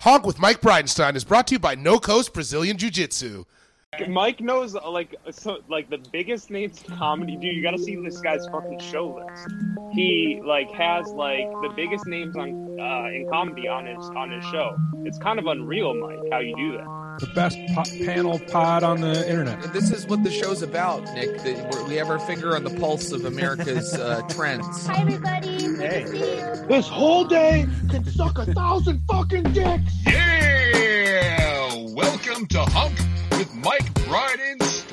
Honk with Mike Bridenstine is brought to you by No Coast Brazilian Jiu Jitsu. Mike knows uh, like so, like the biggest names in comedy. Dude, you got to see this guy's fucking show list. He like has like the biggest names on uh, in comedy on his on his show. It's kind of unreal, Mike, how you do that. The best po- panel pod on the internet. This is what the show's about, Nick. That we're- we have our finger on the pulse of America's uh, trends. Hi, everybody. Hey. This whole day can suck a thousand fucking dicks. Yeah! Welcome to Hump with Mike Bridenstine.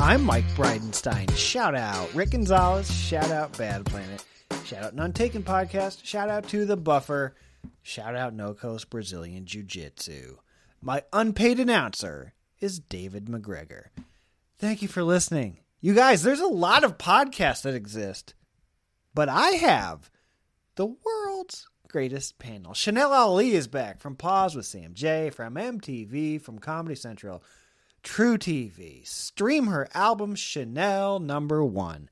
I'm Mike Bridenstine. Shout out Rick Gonzalez. Shout out Bad Planet. Shout out None Taken Podcast. Shout out to The Buffer. Shout out No Coast Brazilian Jiu Jitsu. My unpaid announcer is David McGregor. Thank you for listening. You guys, there's a lot of podcasts that exist, but I have the world's greatest panel. Chanel Ali is back from Pause with Sam J, from MTV, from Comedy Central. True TV. Stream her album Chanel Number One.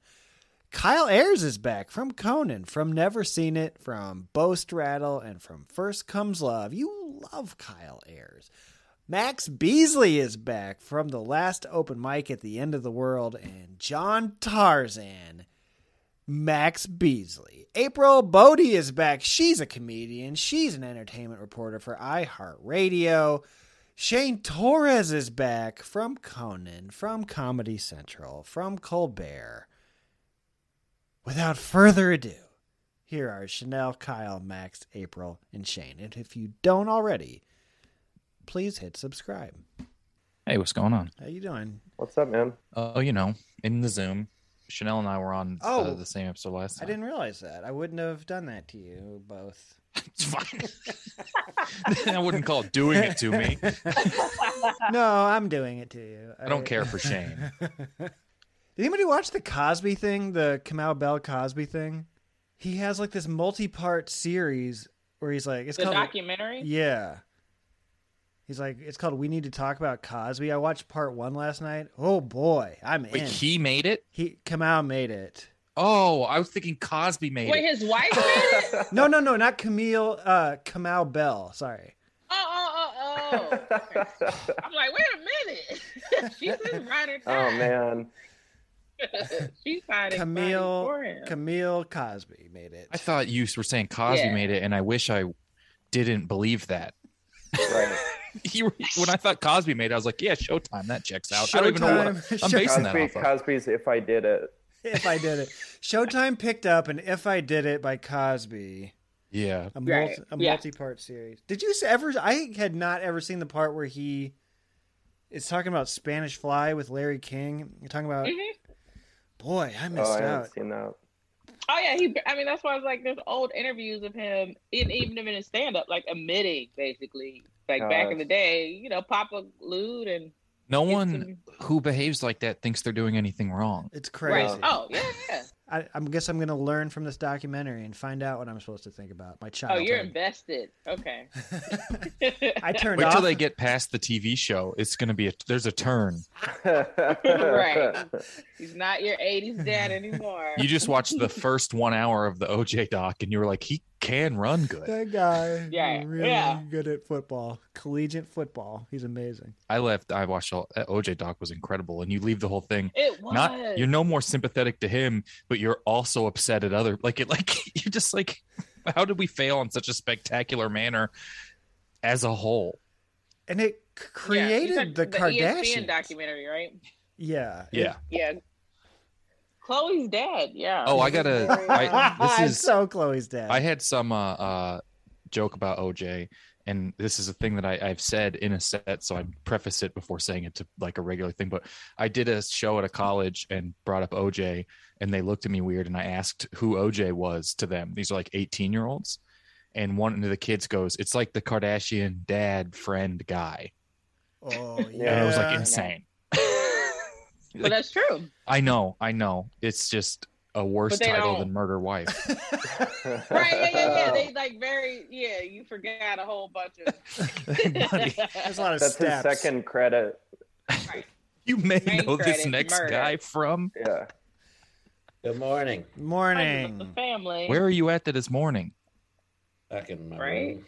Kyle Ayers is back from Conan, from Never Seen It, from Boast Rattle, and from First Comes Love. You love Kyle Ayers. Max Beasley is back from the last open mic at the end of the world, and John Tarzan. Max Beasley. April Bodie is back. She's a comedian. She's an entertainment reporter for iHeartRadio. Shane Torres is back from Conan, from Comedy Central, from Colbert. Without further ado, here are Chanel, Kyle, Max, April, and Shane. And if you don't already, please hit subscribe. Hey, what's going on? How you doing? What's up, man? Oh, you know, in the Zoom, Chanel and I were on uh, Oh. the same episode last I time. didn't realize that. I wouldn't have done that to you both. It's fine. I wouldn't call it doing it to me. No, I'm doing it to you. I don't care for Shane. Did anybody watch the Cosby thing, the Kamau Bell Cosby thing? He has like this multi-part series where he's like, it's The called documentary? yeah. He's like, it's called "We Need to Talk About Cosby." I watched part one last night. Oh boy, I'm Wait, in. he made it? he Kamau made it. Oh, I was thinking Cosby made Wait, it. his wife made it? Oh, No, no, no, not Camille. Uh, Kamau Bell. Sorry. oh, oh, oh. I'm like, wait a minute. She's his ride or oh die. man, She's fighting Camille. for him. Camille Cosby made it. I thought you were saying Cosby Yeah. made it, and I wish I didn't believe that. right? You were, when I thought Cosby made it, I was like, yeah, Showtime, that checks out. I don't even know what I'm, Showtime. I'm basing that Cosby, off of. Cosby's "If I Did It." if I did it, Showtime picked up and "If I Did It" by Cosby. Yeah. a, Right, multi, a yeah. multi-part series. Did you s- ever? I had not ever seen the part where he is talking about Spanish Fly with Larry King. You're talking about. Mm-hmm. Boy, I Oh, missed I out. haven't seen that. Oh yeah, he. I mean, that's why I was like, there's old interviews of him, in, even him in his stand up, like admitting basically, like back in the Gosh. day, you know, Papa lewd and No It's one who behaves like that thinks they're doing anything wrong. It's crazy. right. Oh yeah, yeah. I, I guess I'm going to learn from this documentary and find out what I'm supposed to think about my Oh, child. you're invested. Okay. I turned Wait off. till they get past the TV show. It's gonna be a there's a turn. Right. He's not your '80s dad anymore. You just watched the first one hour of the OJ doc, and you were like, he can run good. that guy. Yeah, really yeah. good at football, collegiate football. He's amazing. I left. I watched all that OJ doc was incredible, and you leave the whole thing. it was. Not you're no more sympathetic to him, but you're also upset at other like it like you're just like how did we fail in such a spectacular manner as a whole? And it c- Yeah, you created said E the, Kardashians. ESPN documentary, right? yeah. Yeah. Yeah. Chloe's dad. Yeah. Oh, I gotta. I, I'm this is so Chloe's dad. I had some uh, uh, joke about OJ, and this is a thing that I, I've said in a set, so I preface it before saying it to like a regular thing. But I did a show at a college and brought up OJ, and they looked at me weird, and I asked who OJ was to them. These are like 18 year olds. And one of the kids goes, It's like the Kardashian dad friend guy. oh, yeah. And it was like Yeah. insane. but that's true. I know, I know. It's just a worse But they title don't- than Murder Wife. Right. Yeah. Yeah. Yeah. They like very. Yeah. You forgot a whole bunch of. There's a lot of That's his steps. second credit. you may Main know this credit, next murder. guy from Yeah. Good morning. Members of the Morning. family. Where are you at that is morning? back in my Right? room.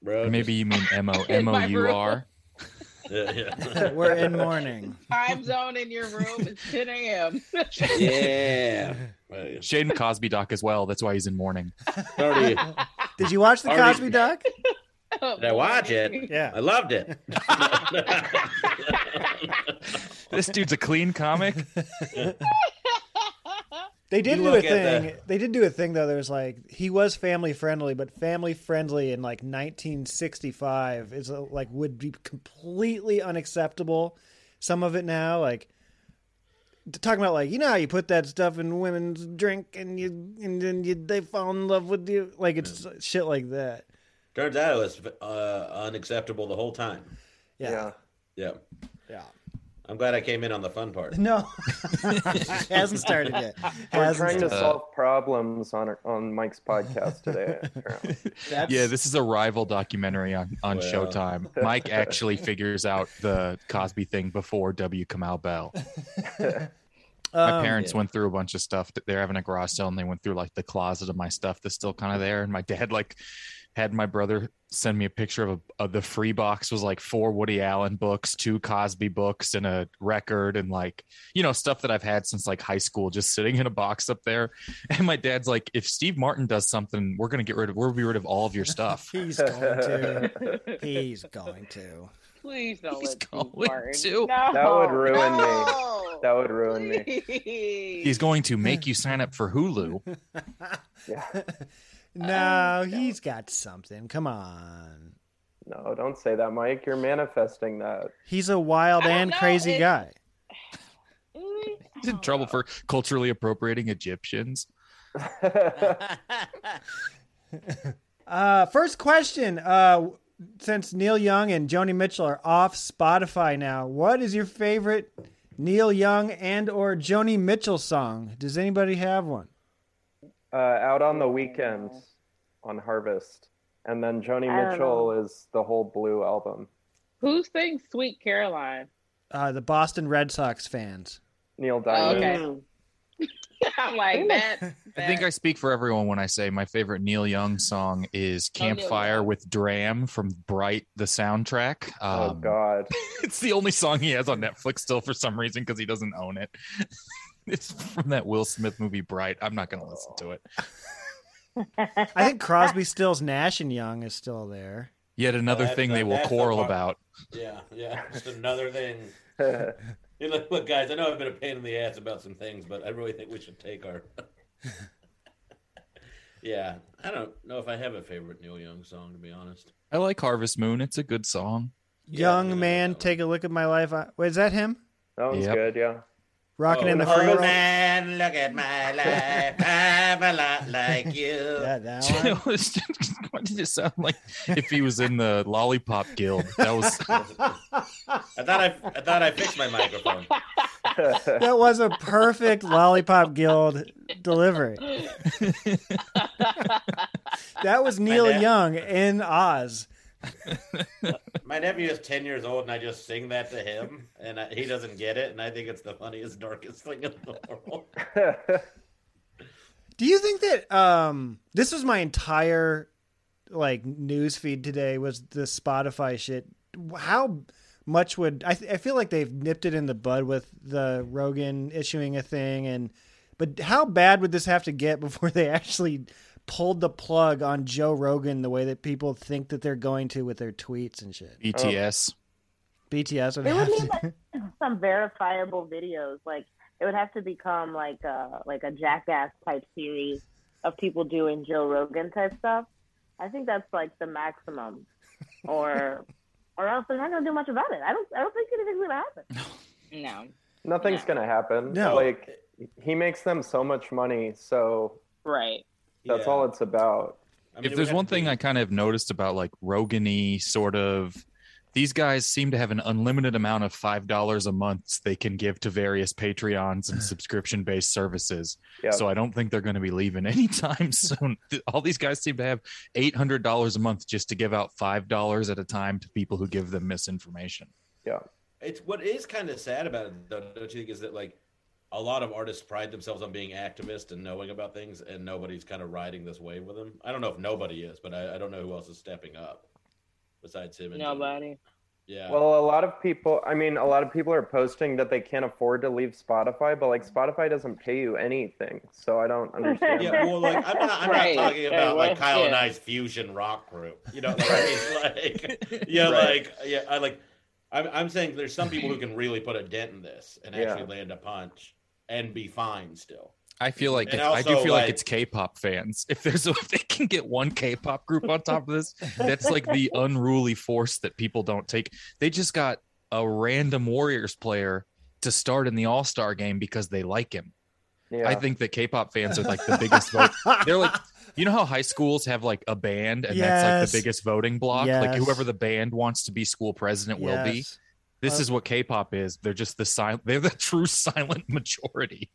Bro, Maybe you mean M O M O U R. just- yeah, yeah. We're in mourning. Time zone in your room is 10 a.m. yeah. Well, it's Shaden Cosby doc as well. That's why he's in mourning. already- Did you watch the Already- Cosby Doc? Did I watch it? Yeah. I loved it. This dude's a clean comic. They did You do a look at thing. They did do a thing though. There was like he was family friendly, but family friendly in like 1965 is uh, like would be completely unacceptable. Some of it now, like t- talking about like you know how you put that stuff in women's drink and you and then you they fall in love with you, like it's shit like that. Turns out it was uh, unacceptable the whole time. Yeah, yeah. Yeah. I'm glad I came in on the fun part. No, hasn't started yet. We're Hasn't trying to started. solve problems on our, on Mike's podcast today. apparently. That's- Yeah, this is a rival documentary on, on Well. Showtime. Mike actually figures out the Cosby thing before W. Kamau Bell. My um, parents went through a bunch of stuff. They're having a garage sale, and they went through like the closet of my stuff that's still kind of there. And my dad like had my brother send me a picture of, a, of the free box was like four Woody Allen books, two Cosby books, and a record, and like you know stuff that I've had since like high school, just sitting in a box up there. And my dad's like, if Steve Martin does something, we're gonna get rid of, we'll be rid of all of your stuff. He's going to. He's going to. Please don't He's let Steve going Martin. to. No, That would ruin me. no. That would ruin me. Please. He's going to make you sign up for Hulu. Yeah. Oh, No, he's got something. Come on. No, Oh, don't say that, Mike. You're manifesting that. He's a wild I don't and know, crazy it- guy. Mm, I He's in don't trouble know. for culturally appropriating Egyptians. Uh, first question. Uh, since Neil Young and Joni Mitchell are off Spotify now, what is your favorite Neil Young and or Joni Mitchell song? Does anybody have one? uh, out on the weekend on Harvest, and then Joni I don't Mitchell is the whole Blue album. Who sings Sweet Caroline? Uh, the Boston Red Sox fans. Neil Oh, Diamond. okay. Mm. I'm like that. I think I speak for everyone when I say my favorite Neil Young song is Oh, Neil Campfire Young. with Dram from Bright, the soundtrack. Oh Um, God. It's the only song he has on Netflix still for some reason because he doesn't own it. it's from that Will Smith movie, Bright. I'm not going to listen to it. I think Crosby, Stills, Nash, and Young is still there. Yet another that's thing the- they will that's the quarrel part- about. Yeah, yeah. Just another thing. yeah. Hey, look, look, guys, I know I've been a pain in the ass about some things, but I really think we should take our. yeah, I don't know if I have a favorite Neil Young song, to be honest. I like Harvest Moon. It's a good song. Yeah, I'm Young gonna man, go take a look at my life. I- Wait, is that him? That one's Yep. good. Yeah. Rocking Oh, in the oh, free roll. man, look at my life. I'm a lot like you. Yeah, that You one. know, it's just- what did it sound like if he was in the Lollipop Guild? That was I thought I, I thought I fixed my microphone. that was a perfect lollipop guild delivery. That was Neil dad- Young in Oz. My nephew is ten years old, and I just sing that to him, and I, he doesn't get it, and I think it's the funniest, darkest thing in the world. Do you think that um this was my entire like news feed today was the Spotify shit? How much would I? Th- I feel like they've nipped it in the bud with the Rogan issuing a thing, and but how bad would this have to get before they actually pulled the plug on Joe Rogan the way that people think that they're going to with their tweets and shit? BTS. BTS would It have would to. need like some verifiable videos. Like it would have to become like a like a jackass type series of people doing Joe Rogan type stuff. I think that's like the maximum. Or or else they're not gonna do much about it. I don't I don't think anything's gonna happen. No. Nothing's No. gonna happen. No. Like he makes them so much money, so Right. that's Yeah. all it's about. I mean, if it there's would one have to thing be- I kind of noticed about like Rogany sort of these guys seem to have an unlimited amount of five dollars a month they can give to various Patreons and subscription based services. Yeah. So I don't think they're going to be leaving anytime soon. Th- All these guys seem to have eight hundred dollars a month just to give out five dollars at a time to people who give them misinformation. It's what is kind of sad about it, though, don't you think? Is that like a lot of artists pride themselves on being activists and knowing about things, and nobody's kind of riding this wave with him. I don't know if nobody is, but I, I don't know who else is stepping up besides him. And Nobody. Yeah. Well, a lot of people, I mean, a lot of people are posting that they can't afford to leave Spotify, but like Spotify doesn't pay you anything. So I don't understand. Yeah, well, like I'm not, I'm Right. not talking Hey, about what? like Kyle and Yeah. I's fusion rock group. You know, like, I mean, like yeah, Right. like yeah, I like. I'm, I'm saying there's some people who can really put a dent in this and actually Yeah. land a punch and be fine still. I feel like And I do also, feel like, like- it's K-pop fans. If there's a, if they can get one K-pop group on top of this, that's like the unruly force that people don't take. They just got a random Warriors player to start in the All Star game because they like him. I Yeah. think that K-pop fans are like the biggest vote. They're like, you know how high schools have like a band, and that's Yes. like the biggest voting block. Like Yes. whoever the band wants to be school president will be. Yes. This Uh, is what K-pop is. They're just the silent. They're the true silent majority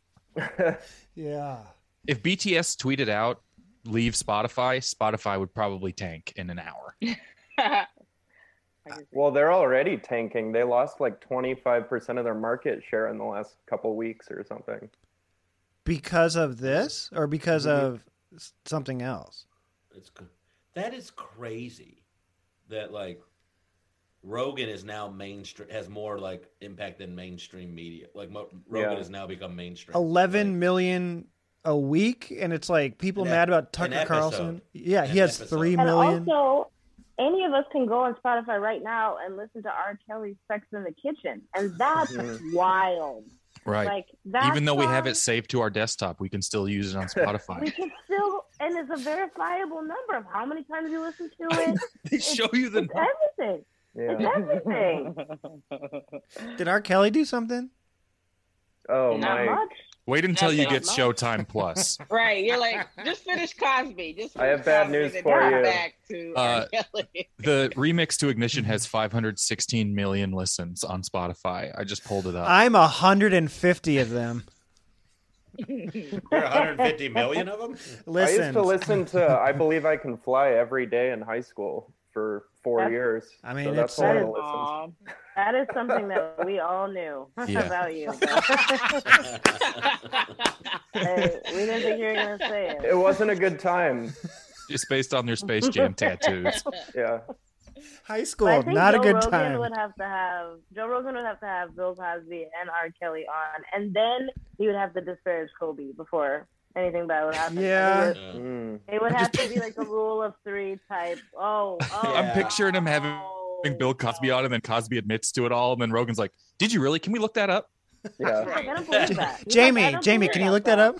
Yeah. if BTS tweeted out leave Spotify, Spotify would probably tank in an hour. Uh, Well, they're already tanking. They lost like 25% of their market share in the last couple weeks or something. Because of this or because Mhm. of s- something else? It's c- that is crazy that like Rogan is now mainstream has more like impact than mainstream media. Like Mo- Rogan Yeah. has now become mainstream. Eleven million a week and it's like people An ep- mad about an Tucker episode. Carlson. Yeah, he An has episode. 3 And million. also, any of us can go on Spotify right now and listen to R. Kelly's "Sex in the Kitchen," and that's Mhm. wild. Right. Like that. Even though we have song- it saved to our desktop, we can still use it on we Spotify. can still, and it's a verifiable number of how many times you listen to it. they show you the it's everything. It's everything. Did R. Kelly do something? Oh Not my. much. Wait until you Nothing. get Showtime Plus. Right. You're like, just finish Cosby. Just I finish have bad Cosby, news then for come you. Back to Uh, R. Kelly. the remix to Ignition has 516 million listens on Spotify. I just pulled it up. I'm a hundred and fifty of them. There are 150 million of them. I used to listen to I Believe I Can Fly every day in high school for four That's- years. I mean, So it's- that's That a lot of is- listens. That is something that we all knew Yeah. about you. hey, we didn't think you were gonna say it. It wasn't a good time. Just based on their Space Jam tattoos. Yeah. High But school, I think not Joe a good Rogan time. Would have to have Joe Rogan would have to have Bill Cosby and R. Kelly on, and then he would have to disparage Kobe before anything bad would happen. Yeah. It would, it would have to be like a rule of three type. Oh, oh, I'm picturing him having Bill Cosby on, and then Cosby admits to it all, and then Rogan's like, "Did you really? Can we look that up?" I don't believe that. Jamie, Jamie, can you look that up?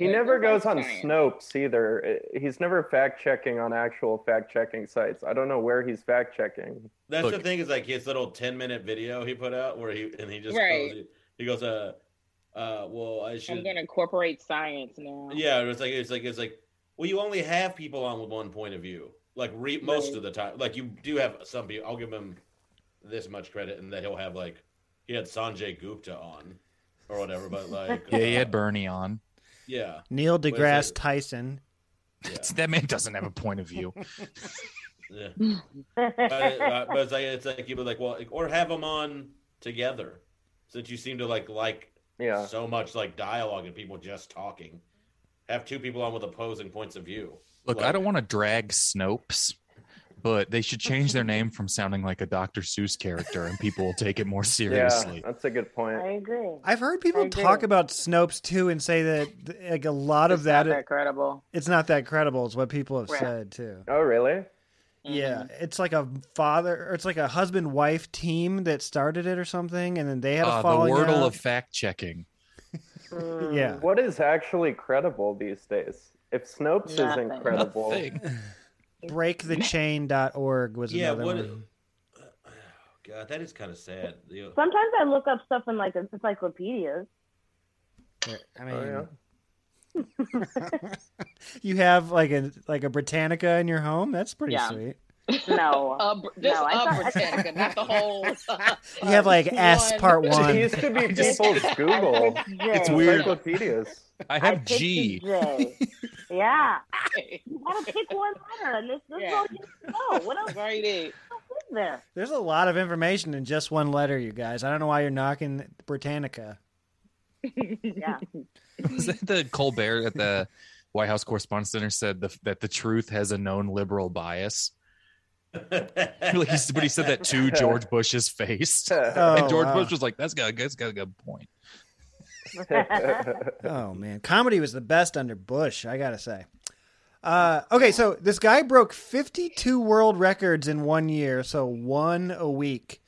He never goes on Snopes either. I- He's never fact checking on actual fact checking sites. I don't know where he's fact checking. That's the thing is like his little 10 minute video he put out where he and he just Right. goes, he goes uh uh well I I'm should gonna incorporate science now. yeah it's like it's like it's like well you only have people on with one point of view like re- most Right. of the time like you do have some people I'll give him this much credit and that he'll have like he had Sanjay Gupta on or whatever but like Yeah, he uh, had Bernie on. yeah Neil But it's deGrasse Tyson. that man doesn't have a point of view. Yeah. but, uh, but it's like it's like you were like well like, or have them on together since you seem to like like Yeah. so much like dialogue and people just talking have two people on with opposing points of view Look, I don't want to drag Snopes, but they should change their name from sounding like a Dr. Seuss character, and people will take it more seriously. Yeah, that's a good point. I agree. I've heard people talk about Snopes too, and say that th- like a lot of It's that, not that credible. It's not that credible, is what people have Right. said too. Oh, really? Yeah, Mm-hmm. it's like a father, or it's like a husband-wife team that started it or something, and then they had a Uh, the falling wordle out. of fact checking. Yeah. Mm. What is actually credible these days? If Snopes Nothing. isn't credible, Breakthechain.org was Yeah, another what- one. god that is kind of sad uh, You know, Sometimes I look up stuff in like encyclopedias. oh, I mean, you have like a like a Britannica in your home. That's pretty Yeah. sweet. No, Uh, br- just no, I a thought- Britannica, not the whole. You have like S part one. Uh, It used to be people's Google. It's weird. Encyclopedias. I have picked G. J. yeah. You gotta pick one letter, and this, this is all you need to know. What else? Right. Is there? There's a lot of information in just one letter, you guys. I don't know why you're knocking Britannica. yeah. Was that the Colbert at the White House Correspondence Center said the, that the truth has a known liberal bias? like he, s- but he said that to George Bush's face, Oh, and George wow. Bush was like, "That's got that's got a good point." oh man, comedy was the best under Bush. I gotta say. Uh, okay, so this guy broke 52 world records in one year, so one a week.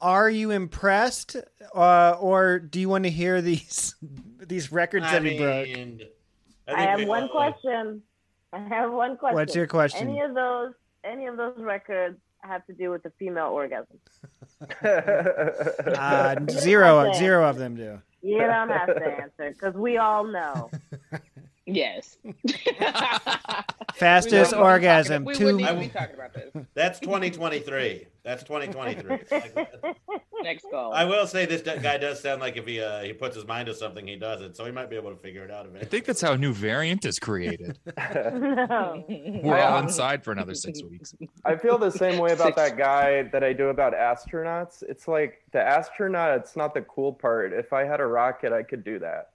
Are you impressed, uh, or do you want to hear these these records I that he broke? I, have one question. I have one question. What's your question? Any of those any of those records have to do with the female orgasm? Uh, zero, Okay. zero of them do. You don't have to answer because we all know. yes. Fastest We wouldn't even be talking- orgasm. we two. wouldn't even be talking about this. That's 2023. That's 2023. Next goal. I will say this guy does sound like if he uh, he puts his mind to something, he does it. So he might be able to figure it out I eventually. think that's how a new variant is created. no. We're all inside for another six weeks. I feel the same way about that guy that I do about astronauts. It's like the astronaut, it's not the cool part. If I had a rocket, I could do that.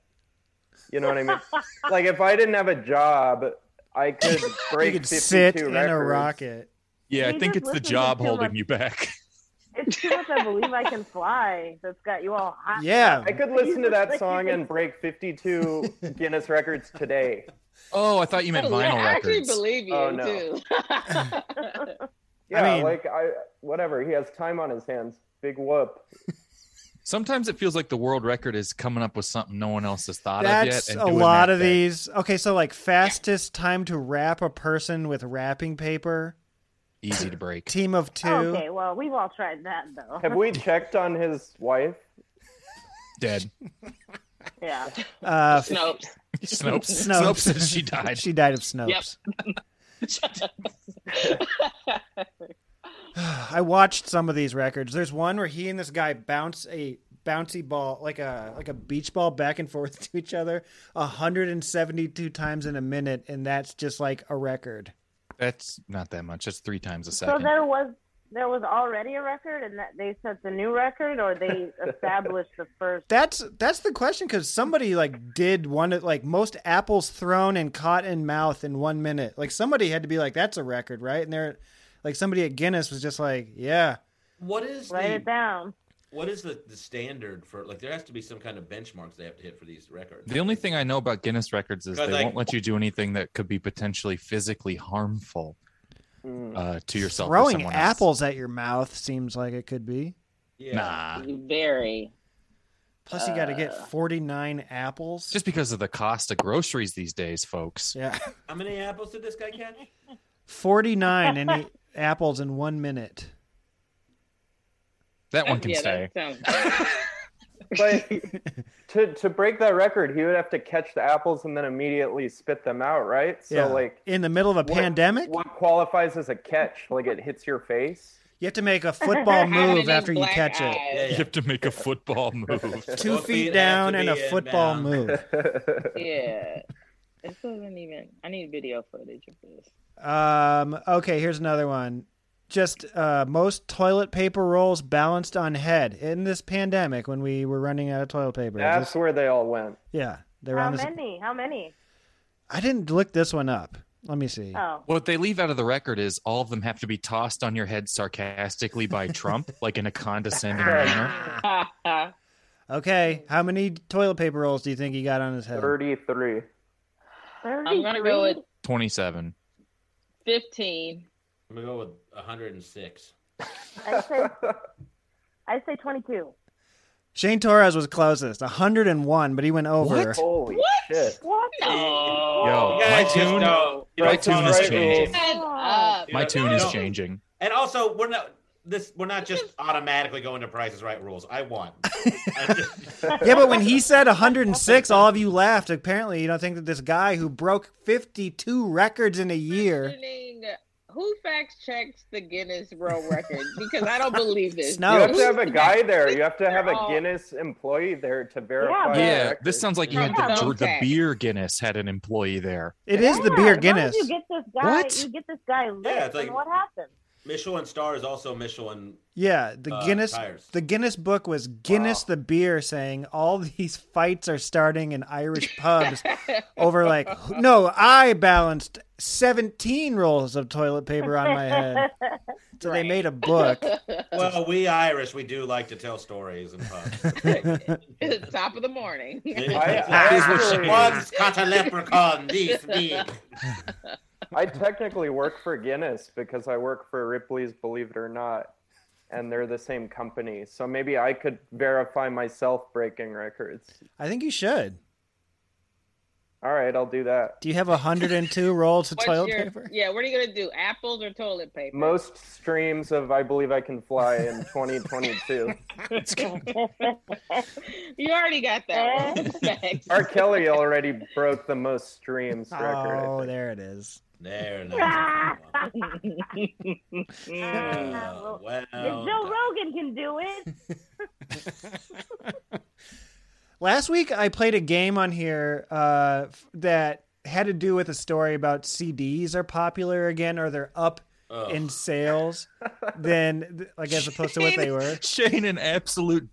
You know what I mean? like if I didn't have a job, I could break You could 52 sit in records. a rocket. Yeah, He I think just it's the listened to job too holding much- you back. It's too much. I believe I can fly. That's got you all hot. Yeah. I could listen to that song and break 52 Guinness records today. Oh, I thought you meant I vinyl actually records. believe you Oh, no. too. Yeah, mean- like I whatever. He has time on his hands. Big whoop. Sometimes it feels like the world record is coming up with something no one else has thought That's of yet. a lot of these. Okay, so like fastest time to wrap a person with wrapping paper. these easy to break. Team of two. Okay, well, we've all tried that Uh-huh. though. Have we checked on his wife? Dead. Yeah. Uh, Snopes. Snopes. Snopes. Snopes says she died. She died of Snopes. I watched some of these records. There's one where he and this guy bounce a bouncy ball, like a like a beach ball, back and forth to each other 172 times in a minute, and that's just like a record. That's not that much. That's three times a So second. there was there was already a record, and that they set the new record, or they established the first. That's that's the question because somebody like did one of like most apples thrown and caught in mouth in one minute. Like somebody had to be like, that's a record, right? And they're like somebody at Guinness was just like, yeah, What is Write the it down. what is the, the standard for like? There has to be some kind of benchmarks they have to hit for these records. The only thing I know about Guinness records is they Because, like- won't let you do anything that could be potentially physically harmful uh, to yourself or throwing someone else. apples at your mouth seems like it could be. Nah, Very. Plus, you got to Uh. get 49 apples. just because of the cost of groceries these days, folks. Yeah. How many apples did this guy catch? 49 and eat apples in one minute. That one can yeah, stay. That sounds But to to break that record, he would have to catch the apples and then immediately spit them out, right? So yeah. like in the middle of a what- pandemic, What qualifies as a catch? Like it hits your face? you have to make a football move after you catch it. You have to make a football move. Two Both feet feet have down to and be a in football bounds. move. Yeah. This doesn't even. I need video footage of this. Um, okay, here's another one. Just uh, most toilet paper rolls balanced on head in this pandemic when we were running out of toilet paper. That's This- where they all went. yeah, they were How on this. many? How many? I didn't look this one up. Let me see. Oh, What they leave out of the record is all of them have to be tossed on your head sarcastically by Trump, like in a condescending manner. Okay, how many toilet paper rolls do you think he got on his head? Thirty-three. I'm gonna go with 27. 15. I'm gonna go with 106. I say I say twenty-two. Shane Torres was closest, 101, but he went over. What? Holy shit! What? No. Yo, You my guys just tune, don't- you my don't tune tolerate is changing. rules. Shut up. You My don't- tune you is don't- changing. And also, we're not this. We're not just automatically going to Price is Right rules. I won. Yeah, but when he said 106, all of you laughed. Apparently, you don't think that this guy who broke 52 records in a year. Questioning, Who fact checks the Guinness World Record? Because I don't believe this. Snow. You have Who's to have a fact- guy there. You have to have all- a Guinness employee there to verify. but- the Yeah, record. this sounds like you had Yeah, the, the okay. beer Guinness had an employee there. It is the beer Guinness. You get this guy. What? You get this guy lit. Yeah, it's like- and what happens? Michelin star is also Michelin. Yeah, the uh, Guinness tires. the Guinness book was Guinness the beer saying all these fights are starting in Irish pubs over like no, I balanced 17 rolls of toilet paper on my head. So they made a book. Well, we Irish, we do like to tell stories and pubs. Top of the morning. One's got a leprechaun this big. I technically work for Guinness because I work for Ripley's, believe it or not, and they're the same company. So maybe I could verify myself breaking records. I think you should. All right, I'll do that. Do you have 102 rolls of What's toilet your- paper? Yeah, what are you gonna do? Apples or toilet paper? Most streams of I Believe I Can Fly in 2022. you already got that. one. Thanks. R. Kelly already broke the most streams record. I Oh, think. there it is. There, well, if Joe Rogan can do it, Last week I played a game on here uh, f- that had to do with a story about CDs are popular again or they're up in sales than like as opposed to what they were. Shane in absolute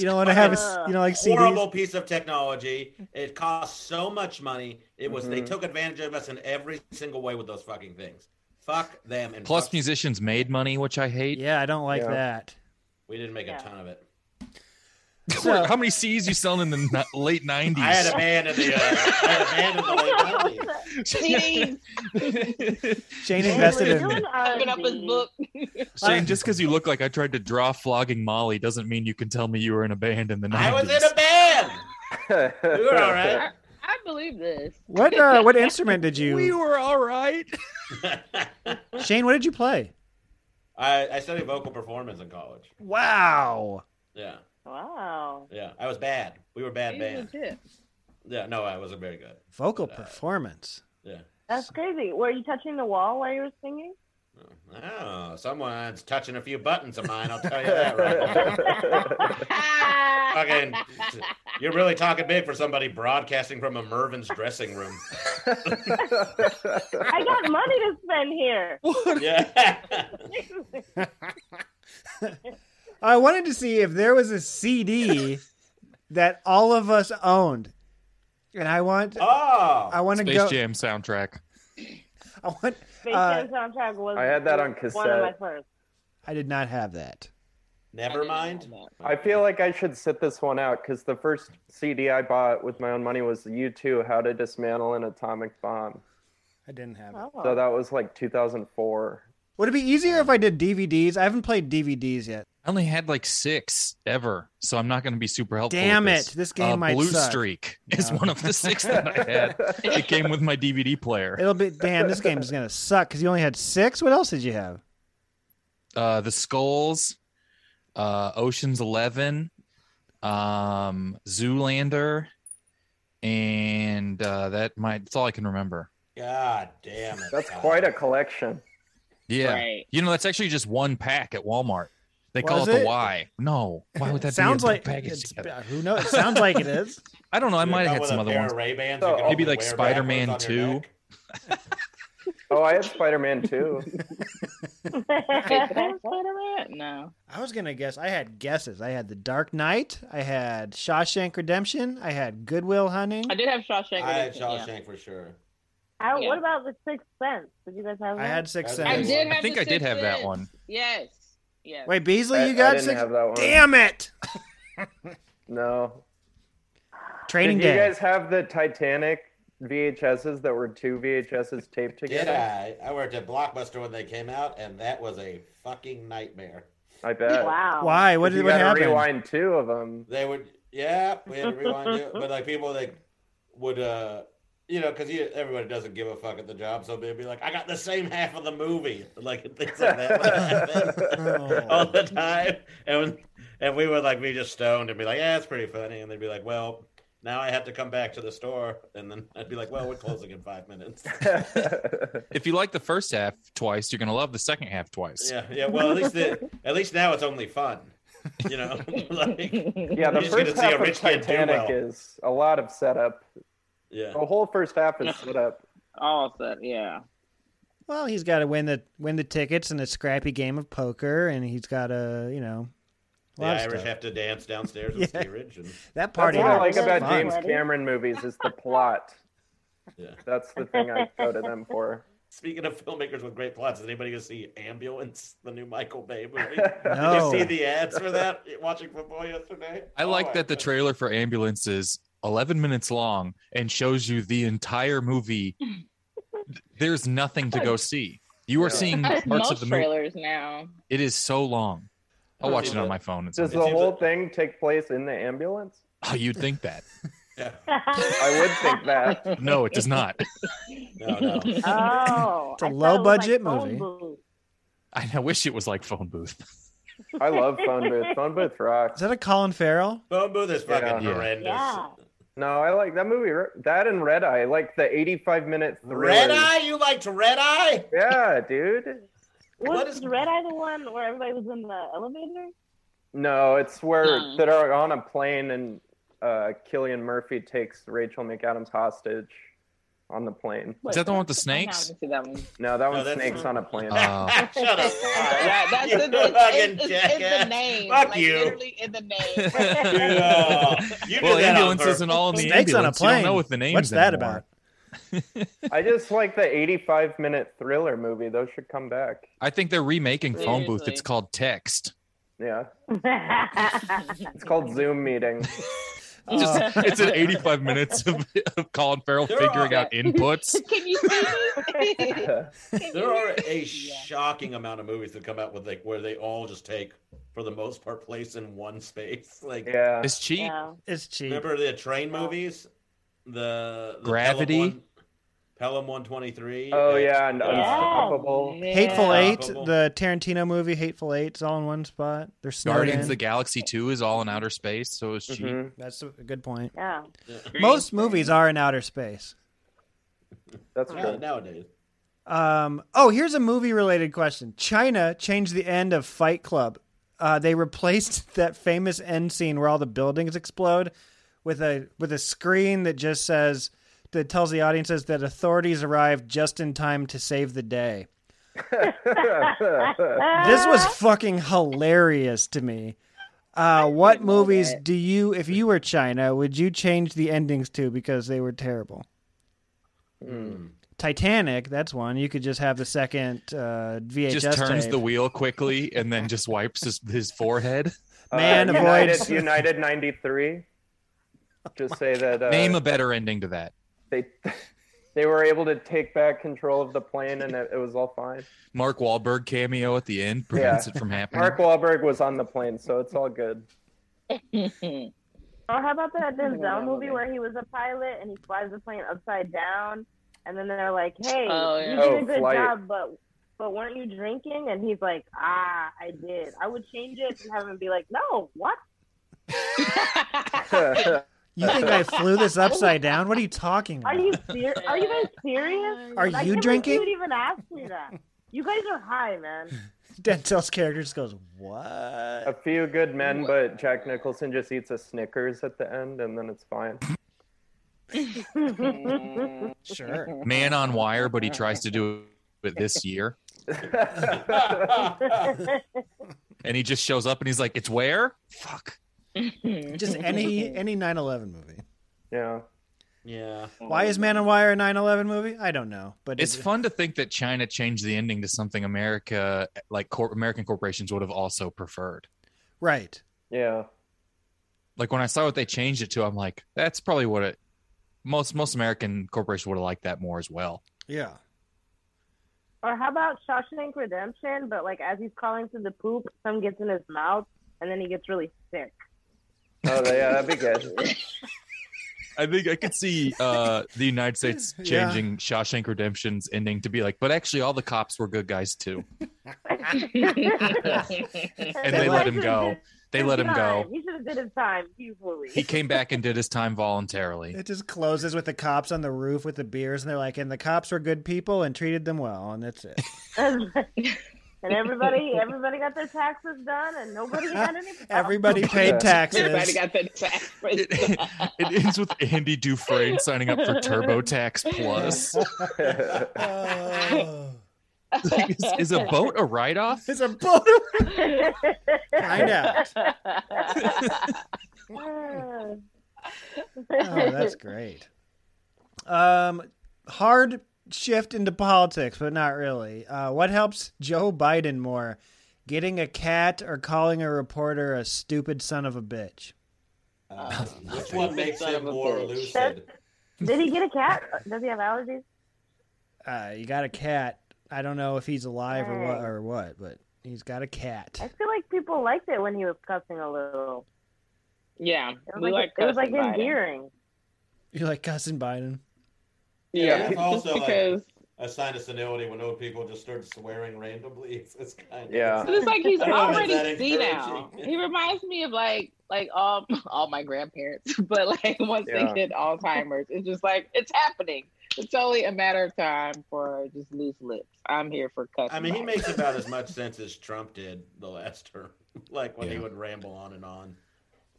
You don't want to have a s- you know like horrible CDs. piece of technology. It cost so much money. It was they Mm-hmm. Mhm. took advantage of us in every single way with those fucking things. Fuck them and Plus, fuck- musicians made money, which I hate. Yeah, I don't like Yeah. that. we didn't make Yeah. a ton of it. So- How many C's you selling in the ni- late nineties? I had a band in the uh, I had a band in the late 90s. CDs. Shane invested in. doing Open up his R&B. book. Shane, just because you look like I tried to draw flogging Molly doesn't mean you can tell me you were in a band in the I was nineties. in a band. We were all right. I believe this. What uh, what instrument did you? were all right. Shane, what did you play? I, I studied vocal performance in college. Wow. Yeah, Wow. yeah. I was bad. We were bad He's band. legit. Yeah, no, I wasn't very good. Vocal performance. Yeah. That's crazy. Were you touching the wall while you were singing? Oh, someone's touching a few buttons of mine. I'll tell you that right now. Fucking, you're really talking big for somebody broadcasting from a Mervin's dressing room. I got money to spend here. Yeah. I wanted to see if there was a CD that all of us owned, and I want Oh. I want to Space go. Jam soundtrack. I want. Space Uh, Jam soundtrack was. I had that on One of my cassette. first. I did not have that. Never mind. I feel like I should sit this one out because the first CD I bought with my own money was U2 How to Dismantle an Atomic Bomb. I didn't have it. Oh. So that was like 2004. Would it be easier if I did DVDs? I haven't played DVDs yet. I only had like six ever, so I'm not going to be super helpful. Damn with it, this game Uh, might Blue suck. Streak is one of the six that I had. It came with my DVD player. It'll be damn. This game is gonna suck because you only had six. What else did you have? Uh, the Skulls, uh, Ocean's Eleven, um, Zoolander, and uh, that might. That's all I can remember. God damn it. That's God. quite a collection. Yeah, Right. you know that's actually just one pack at Walmart. They call Was it, the it? Y. No, why would that be sounds a big like package it's, together? uh, who knows? It sounds like it is. I don't know. I Dude, might have come had with some a other pair ones. of Ray-Bans So- you can Maybe only like wear Spider-Man backwards on your 2. neck. Oh, I had Spider Man too. Wait, did I have Spider-Man? No. I was gonna guess. I had guesses. I had The Dark Knight. I had Shawshank Redemption. I had Goodwill Hunting. I did have Shawshank. I had Redemption, yeah. Shawshank for sure. How, Yeah. What about the Sixth Sense? Did you guys have? I that? had Six I I Sense. did. I Have think the I did Sixth have that Sense. one. Yes. Yes. Wait, Beasley, I- you I got didn't six. have that one. Damn it! No. Training Did you Day. guys have the Titanic VHSs that were two VHSs taped Did together? I? I worked at Blockbuster when they came out, and that was a fucking nightmare. I bet. Wow. Why? What you did what gotta happened? rewind two of them. They would, yeah, we had to rewind it, but like people like would, uh you know, because everybody doesn't give a fuck at the job, so they'd be like, "I got the same half of the movie," like and things like that would happen all the time, and when, and we would like be just stoned and be like, "Yeah, it's pretty funny," and they'd be like, "Well." Now I have to come back to the store, and then I'd be like, "Well, we're closing in five minutes." If you like the first half twice, you're gonna love the second half twice. Yeah, yeah. Well, at least the, at least now it's only fun, you know. like, yeah, You're the just gonna first see a half of rich kid do Titanic well. is a lot of setup. yeah. The whole first half is set up. All set. Yeah. Well, he's got to win the win the tickets in a scrappy game of poker, and he's got to you know. a The lot of Irish stuff. have to dance downstairs Yeah. with steerage. And... That That's party what I rock like was about fun. James Cameron movies is the plot. That's the thing I go to them for. Speaking of filmmakers with great plots, is anybody going to see Ambulance, the new Michael Bay movie? No. Did you see the ads for that watching football yesterday? Oh, I Oh, like that the trailer for Ambulance is 11 minutes long and shows you the entire movie. There's nothing to go see. You are seeing That's parts of most the movie. trailers now. It is so long. I'll watch it on my phone. It's Does the whole thing take place in the ambulance? oh, you'd think that. I would think that. No, it does not. No, no. Oh, It's a I thought it was, low budget like, phone movie. booth. I I wish it was like Phone Booth. I love phone booth. Phone booth rocks. Is that a Colin Farrell? Phone booth is fucking horrendous. No, I like that movie. That and Red Eye, like the 85 minute thriller. Red Eye? You liked Red Eye? Yeah, dude. Was Red Eye the one where everybody was in the elevator? No, it's where Hmm. that are on a plane and uh, Killian Murphy takes Rachel McAdams hostage on the plane. Is that the one with the snakes? No, that No, one's that's- snakes on a plane. Oh. Shut up. That- that's You the, it's, fucking it's, it's, jackass. the name. Fuck like, you. Literally in the name. Yeah. You did well, that on ambulances purpose. and all in the Snakes on a ambulance. You don't plane. know what the names What's that about? anymore. I just like the 85 minute thriller movie. Those should come back. I think they're remaking Phone Booth. It's Seriously. called Text. Yeah. it's called Zoom meeting. It's Just, it's an 85 minutes of, of Colin Farrell They're figuring all- out inputs. Can you see me? there are a shocking amount of movies that come out with like where they all just take for the most part place in one space like yeah It's cheap. It's cheap. remember the train movies the, the Gravity? pelham, 123 Oh, and- yeah, and Unstoppable. Hateful Eight, Unstoppable. the Tarantino movie, Hateful Eight, it's all in one spot. There's snow Guardians of the in. Galaxy 2 is all in outer space, so it's cheap. Mhm. That's a good point. Yeah. Most movies are in outer space. That's Yeah, true. nowadays Um, oh, here's a movie related question. China changed the end of Fight Club. Uh, they replaced that famous end scene where all the buildings explode with a with a screen that just says that tells the audiences that authorities arrived just in time to save the day. This was fucking hilarious to me. Uh, what movies do you, if you were China, would you change the endings to because they were terrible? Hmm. Titanic, that's one. You could just have the second uh, VHS just turns tape. the wheel quickly and then just wipes his, his forehead. Man United, avoids- Uh, United 93. Just say that. Uh, Name a better ending to that. they they were able to take back control of the plane and it, it was all fine. Mark Wahlberg cameo at the end prevents it from happening. Mark Wahlberg was on the plane, so it's all good. Or Oh, how about that Denzel that movie where he was a pilot and he flies the plane upside down, and then they're like, "Hey, Oh, yeah. you did Oh, a good Flight. job, but but weren't you drinking?" And he's like, "Ah, I did. I would change it and have him be like, no, what? You think I flew this upside down? What are you talking Are about? you ser- Are you guys serious? Are I you can't believe drinking? You would even ask me that. You guys are high, man. Denzel's character just goes, "What?" A few good men, but Jack Nicholson just eats a Snickers at the end, and then it's fine. sure. Man on wire, but he tries to do it this year. And he just shows up and he's like, It's where? Fuck. Just any any 9/11 movie. Yeah. yeah Why is Man on Wire a 9/11 movie? I don't know, but It's fun to think that China changed the ending to something America, like cor- American corporations, would have also preferred. right. Yeah. Like when I saw what they changed it to, I'm like, that's probably what it. Most most American corporations would have liked that more as well. Yeah. Or how about Shawshank Redemption? But like as he's calling to the poop, some gets in his mouth, and then he gets really sick. Oh, yeah, that'd be good. I think I could see uh, the United States Yeah. changing Shawshank Redemption's ending to be like, but actually, all the cops were good guys too, and they let him go. They let him go. He should have did his time peacefully. He came back and did his time voluntarily. It just closes with the cops on the roof with the beers, and they're like, and the cops were good people and treated them well, and that's it. and everybody, everybody got their taxes done, and nobody had any. Everybody paid Oh, Everybody taxes. got the taxes. It ends with Andy Dufresne signing up for TurboTax Plus. Oh. is, is a boat a write off? It's a boat. Find out. oh, oh, that's great. Um, hard shift into politics, but not really. Uh, what helps Joe Biden more, getting a cat or calling a reporter a stupid son of a bitch? Uh, which one makes him more Does- lucid? Did he get a cat? Does he have allergies? Uh, you got a cat. I don't know if he's alive or Mm. what or what, but he's got a cat. I feel like people liked it when he was cussing a little. Yeah, It was we like, like it was like cussing Biden. endearing. You like cussing Biden? Yeah, it's just also like because- a sign of senility when old people just start swearing randomly. It's, it's kind of Yeah. It's like he's I don't know if it's already that senile. encouraging. He reminds me of like like all all my grandparents, but like once Yeah. they get Alzheimer's, it's just like it's happening. It's only a matter of time for just loose lips. I'm here for cussing. I mean, he Biden. makes about as much sense as Trump did the last term, like when he would ramble on and on.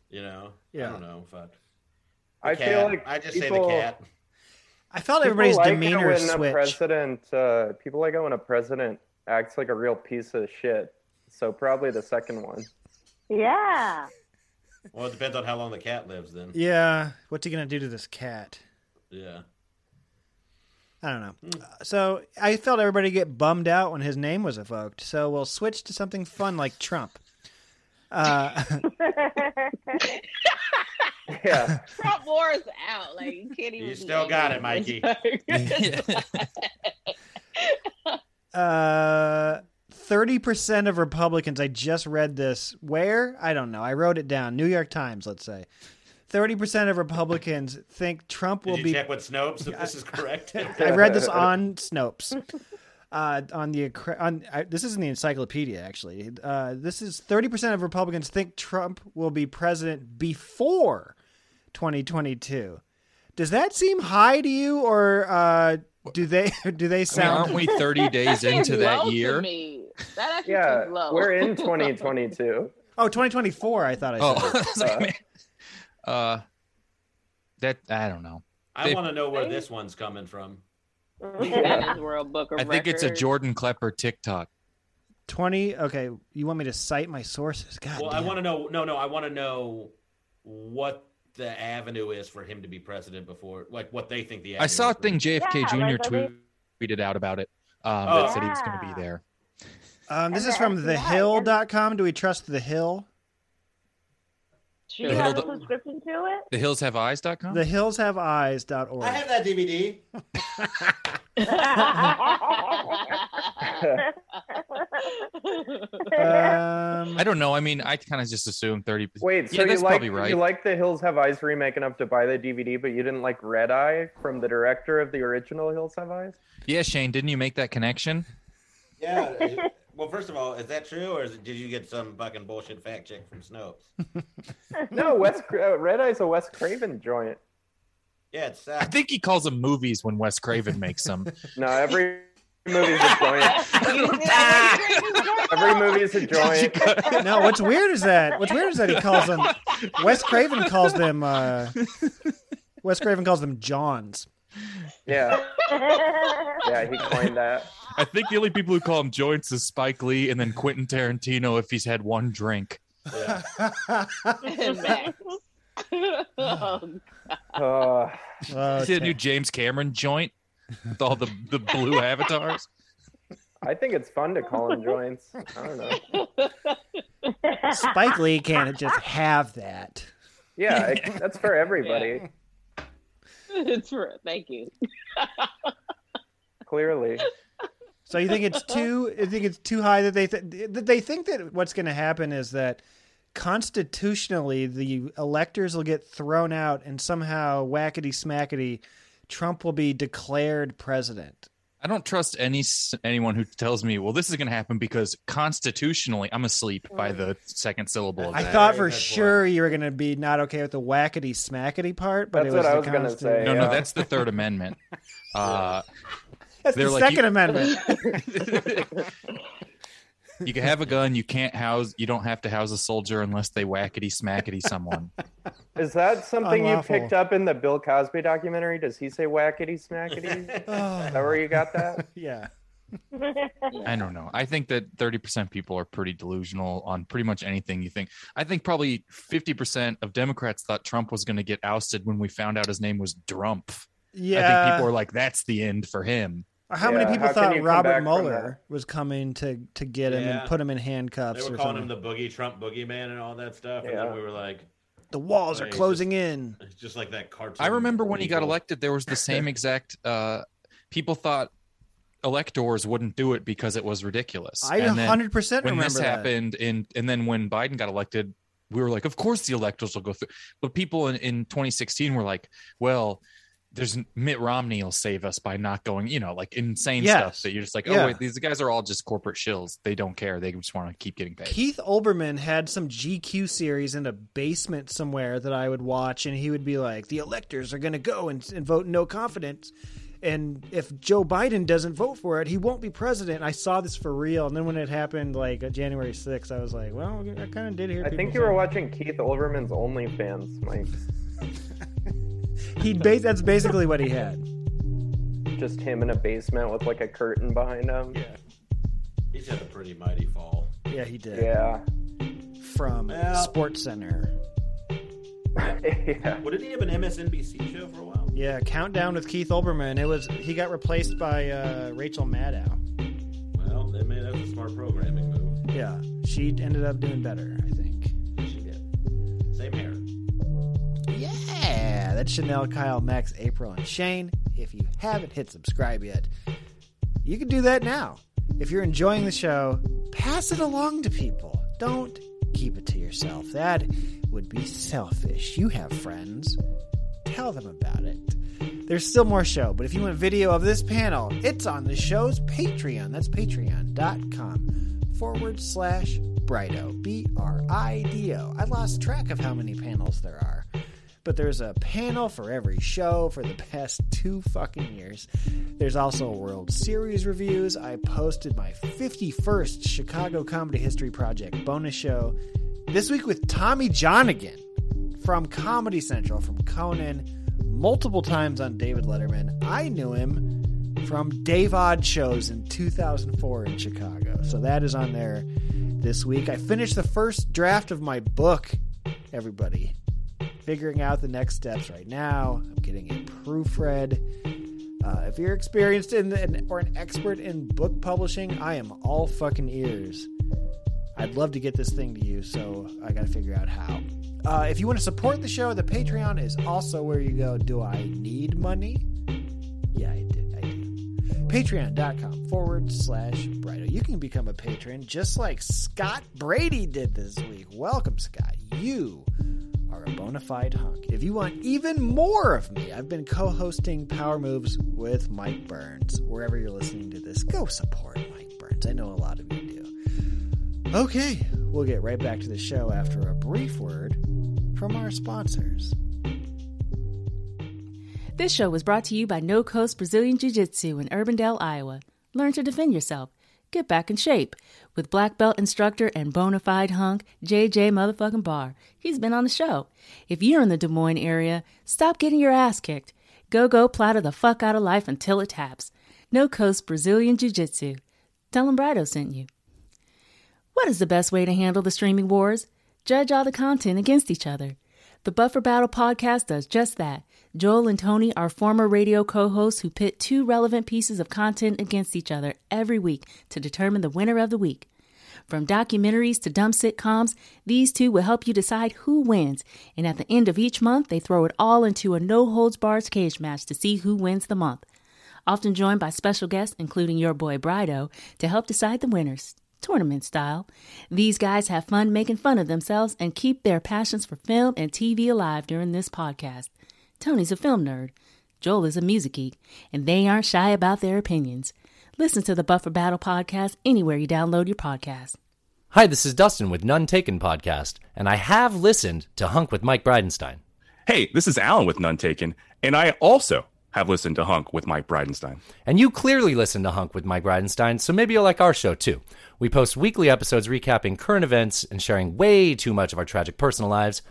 You know, I Yeah. don't know. Fuck. The I feel cat. like I just people- say the cat. I felt People everybody's like it demeanor when A switched. president, uh, people like it when a president acts like a real piece of shit. So probably the second one. Yeah. Well, it depends on how long the cat lives, then. yeah, what's he gonna do to this cat? Yeah. I don't know. Uh, So I felt everybody get bummed out when his name was evoked. So we'll switch to something fun like Trump. Uh, Yeah. Trump war is out. Like you can't even. You be still got it, angry. Mikey. uh, 30% of Republicans, I just read this. Where? I don't know. I wrote it down. New York Times, let's say. 30% of Republicans think Trump will Did you be check with Snopes if this is correct? I read this on Snopes. Uh, on the on I, this is in the encyclopedia actually. Uh, this is thirty percent of Republicans think Trump will be president before twenty twenty two. Does that seem high to you, or uh, do they do they I mean, sound? aren't we 30 days That seems into low that to year? me. That actually Yeah. seems low. We're in 2022. oh, 2024, I thought I Oh, said. I was like, man. uh, that I don't know. I want to know where this one's coming from. Guinness World Book of I think it's a Records. Jordan Klepper TikTok. Twenty. Okay, you want me to cite my sources? God well, I damn. want to know. No, no, I want to know what the avenue is for him to be president before, like what they think the. Avenue I saw a is for thing him. JFK Yeah, Jr. like, I think- tweeted out about it. Um, Oh. that said he was going to be Yeah. there. um, this and is the from FBI, thehill.com. Do we trust the Hill? Do you The have a Hill- subscription to it? The Hills Have Eyes.com? The hills have eyes.org. I have that DVD. Uh, um, I don't know. I mean, I kind of just assume 30. Wait, so yeah, you that's like probably right. you like the Hills Have Eyes remake enough to buy the DVD, but you didn't like Red Eye from the director of the original Hills Have Eyes? yeah, Shane, didn't you make that connection? Yeah. it- well, first of all, is that true, or is it, did you get some fucking bullshit fact check from Snopes? No, Wes uh, Red Eye's a Wes Craven joint. Yeah, it's I sad. think he calls them movies when Wes Craven makes them. No, every movie's a joint. Every movie's a joint. No, what's weird is that what's weird is that he calls them Wes Craven calls them uh Wes Craven calls them Johns. Yeah, yeah, he coined that. I think the only people who call him joints is Spike Lee and then Quentin Tarantino if he's had one drink. Yeah. Max. Oh, Uh, Oh, See the new James Cameron joint with all the, the blue avatars? I think it's fun to call him joints. I don't know. Spike Lee can't just have that. Yeah, it, that's for everybody. it's for, thank you. Clearly, So you think it's too? You think it's too high that they th- that they think that what's going to happen is that constitutionally the electors will get thrown out and somehow whackety smackety Trump will be declared president. I don't trust any s- anyone who tells me, well, this is going to happen because constitutionally I'm asleep by the second syllable of I that. thought for Very good sure you were going to be not okay with the whackety smackety part, but That's it was what I the was gonna constant- say. no, yeah. no, that's the Third Amendment. Uh, That's the They're like, you- Second Amendment. you can have a gun, you can't house, you don't have to house a soldier unless they whackety smackety someone. is that something you Unlawful. picked up in the Bill Cosby documentary? Does he say whackety smackety? Is that where you got that? yeah. I don't know. I think that 30% people are pretty delusional on pretty much anything you think. I think probably 50% of Democrats thought Trump was going to get ousted when we found out his name was Drumpf. I Yeah. think people are like, that's the end for him. How many people thought Robert Mueller was coming to to get him Yeah. and put him in handcuffs They were or calling something? him the boogie Trump boogeyman and all that stuff, and Yeah. then we were like, the walls are Hey, closing in. it's just like that cartoon. I remember when he got eagle. elected, there was the same exact. Uh, people thought electors wouldn't do it because it was ridiculous. I And then 100% when this remember that. happened, in and then when Biden got elected, we were like, of course the electors will go through. But people in, in 2016 were like, well. There's Mitt Romney will save us by not going, you know, like insane Yes. stuff that you're just like, oh Yeah. wait, these guys are all just corporate shills. They don't care. They just want to keep getting paid. Keith Olbermann had some GQ series in a basement somewhere that I would watch, and he would be like, "The electors are going to go and, and vote no confidence, and if Joe Biden doesn't vote for it, he won't be president." I saw this for real, and then when it happened, like uh, January 6th, I was like, "Well, I kind of did hear." I people think you say were watching Keith Olbermann's OnlyFans, Mike. he ba- that's basically what he had. Just him in a basement with like a curtain behind him. Yeah. He's had a pretty mighty fall. Yeah, he did. Yeah. From Well- Sports Center. yeah. Well, did he have an MSNBC show for a while? Yeah, Countdown with Keith Olbermann. It was he got replaced by uh, Rachel Maddow. Well, they made that was a smart programming move. Yeah, she ended up doing better, I think. She did. Same hair. Yeah, that's Chanel, Kyle, Max, April, and Shane. If you haven't hit subscribe yet, you can do that now. If you're enjoying the show, pass it along to people. Don't keep it to yourself. That would be selfish. You have friends. Tell them about it. There's still more show, but if you want video of this panel, it's on the show's Patreon. That's patreon.com forward slash Brido. B R I D O. I lost track of how many panels there are but there's a panel for every show for the past two fucking years. There's also World Series reviews. I posted my 51st Chicago Comedy History Project bonus show this week with Tommy John again from Comedy Central, from Conan, multiple times on David Letterman. I knew him from Dave Odd shows in 2004 in Chicago. So that is on there this week. I finished the first draft of my book, everybody figuring out the next steps right now. I'm getting it proofread. Uh, if you're experienced in the, or an expert in book publishing, I am all fucking ears. I'd love to get this thing to you, so I got to figure out how. Uh, if you want to support the show, the Patreon is also where you go. Do I need money? Yeah, I do. I do. Patreon.com forward slash Brido. You can become a patron just like Scott Brady did this week. Welcome, Scott. You are a bona fide hunk. If you want even more of me, I've been co hosting Power Moves with Mike Burns. Wherever you're listening to this, go support Mike Burns. I know a lot of you do. Okay, we'll get right back to the show after a brief word from our sponsors. This show was brought to you by No Coast Brazilian Jiu Jitsu in Urbandale, Iowa. Learn to defend yourself. Get back in shape with black belt instructor and bona fide hunk JJ motherfucking Barr. He's been on the show. If you're in the Des Moines area, stop getting your ass kicked. Go go platter the fuck out of life until it taps. No Coast Brazilian Jiu Jitsu. Tell 'em Brido sent you. What is the best way to handle the streaming wars? Judge all the content against each other. The Buffer Battle podcast does just that. Joel and Tony are former radio co hosts who pit two relevant pieces of content against each other every week to determine the winner of the week. From documentaries to dumb sitcoms, these two will help you decide who wins. And at the end of each month, they throw it all into a no holds barred cage match to see who wins the month. Often joined by special guests, including your boy Brido, to help decide the winners, tournament style. These guys have fun making fun of themselves and keep their passions for film and TV alive during this podcast. Tony's a film nerd, Joel is a music geek, and they aren't shy about their opinions. Listen to the Buffer Battle podcast anywhere you download your podcast. Hi, this is Dustin with None Taken Podcast, and I have listened to Hunk with Mike Bridenstine. Hey, this is Alan with None Taken, and I also have listened to Hunk with Mike Bridenstine. And you clearly listen to Hunk with Mike Bridenstine, so maybe you'll like our show too. We post weekly episodes recapping current events and sharing way too much of our tragic personal lives.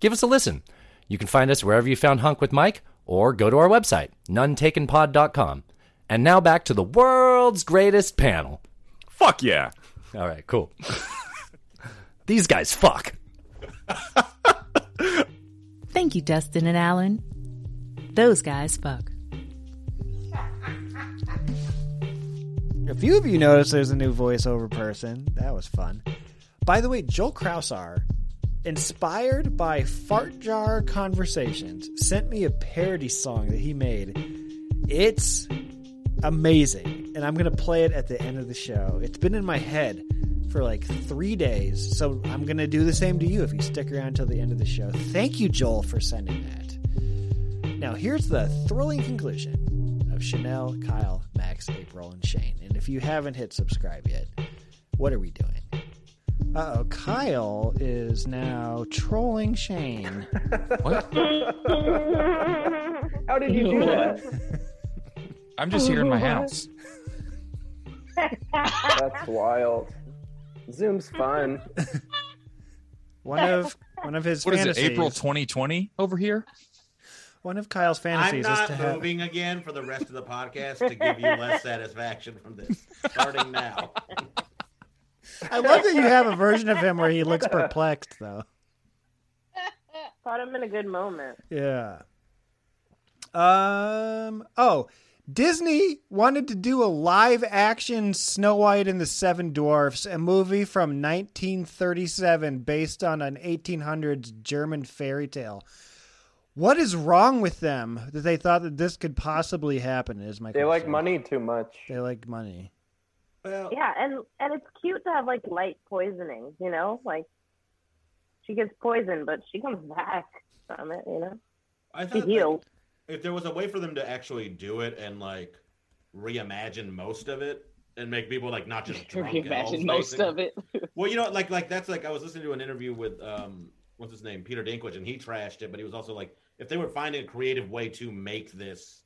Give us a listen. You can find us wherever you found Hunk with Mike, or go to our website, nunetakenpod.com. And now back to the world's greatest panel. Fuck yeah. All right, cool. These guys fuck. Thank you, Dustin and Alan. Those guys fuck. A few of you noticed there's a new voiceover person. That was fun. By the way, Joel Krausar, inspired by Fart Jar Conversations, sent me a parody song that he made. It's amazing, and I'm going to play it at the end of the show. It's been in my head for like three days, so I'm going to do the same to you if you stick around till the end of the show. Thank you, Joel, for sending that. Now, here's the thrilling conclusion of Chanel, Kyle, Max, April, and Shane. And if you haven't hit subscribe yet, what are we doing? Uh oh, Kyle is now trolling Shane. What? How did you do that? I'm just here in my house. That's wild. Zoom's fun. One of one of his What is fantasies, it? April 2020 over here? One of Kyle's I'm fantasies is not to have moving again for the rest of the podcast to give you less satisfaction from this. Starting now. I love that you have a version of him where he looks perplexed, though. Caught him in a good moment. Yeah. Um. Oh, Disney wanted to do a live-action Snow White and the Seven Dwarfs, a movie from 1937 based on an 1800s German fairy tale. What is wrong with them that they thought that this could possibly happen? Is my They like question. money too much. They like money. yeah, and and it's cute to have like light poisoning, you know, like she gets poisoned, but she comes back from it, you know. I She thought heals. like, if there was a way for them to actually do it and like reimagine most of it and make people like not just drunk at all, Reimagine most basically. of it. Well, you know, like like that's like I was listening to an interview with um what's his name Peter Dinklage and he trashed it, but he was also like if they were finding a creative way to make this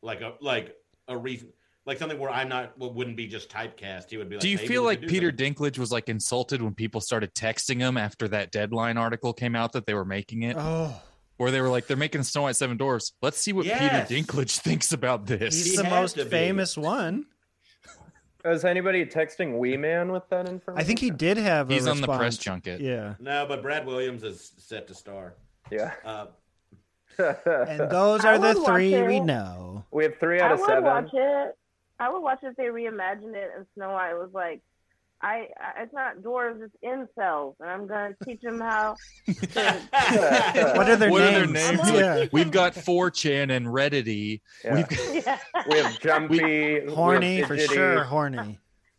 like a like a reason like something where I'm not what wouldn't be just typecast, he would be like. do you "Maybe feel we like could do Peter something." Dinklage was like insulted when people started texting him after that deadline article came out that they were making it? Oh. Where they were like, they're making Snow White Seven Doors. Let's see what Yes. Peter Dinklage thinks about this. He's the most famous one. Is anybody texting Wee Man with that information? I think he did have. A He's on the response. press junket. Yeah. No, but Brad Williams is set to star. Yeah. Uh, And those I are the would watch three we it. know. We have three I would watch it. I would watch it if they reimagined it and Snow White was like, I, I it's not dwarves, it's incels, and I'm gonna teach them how. What are their what names? Are their names? Yeah. Like, we've got 4chan and Reddity. We've got, We have Jumpy. we have Horny for Fidgety. sure. Horny.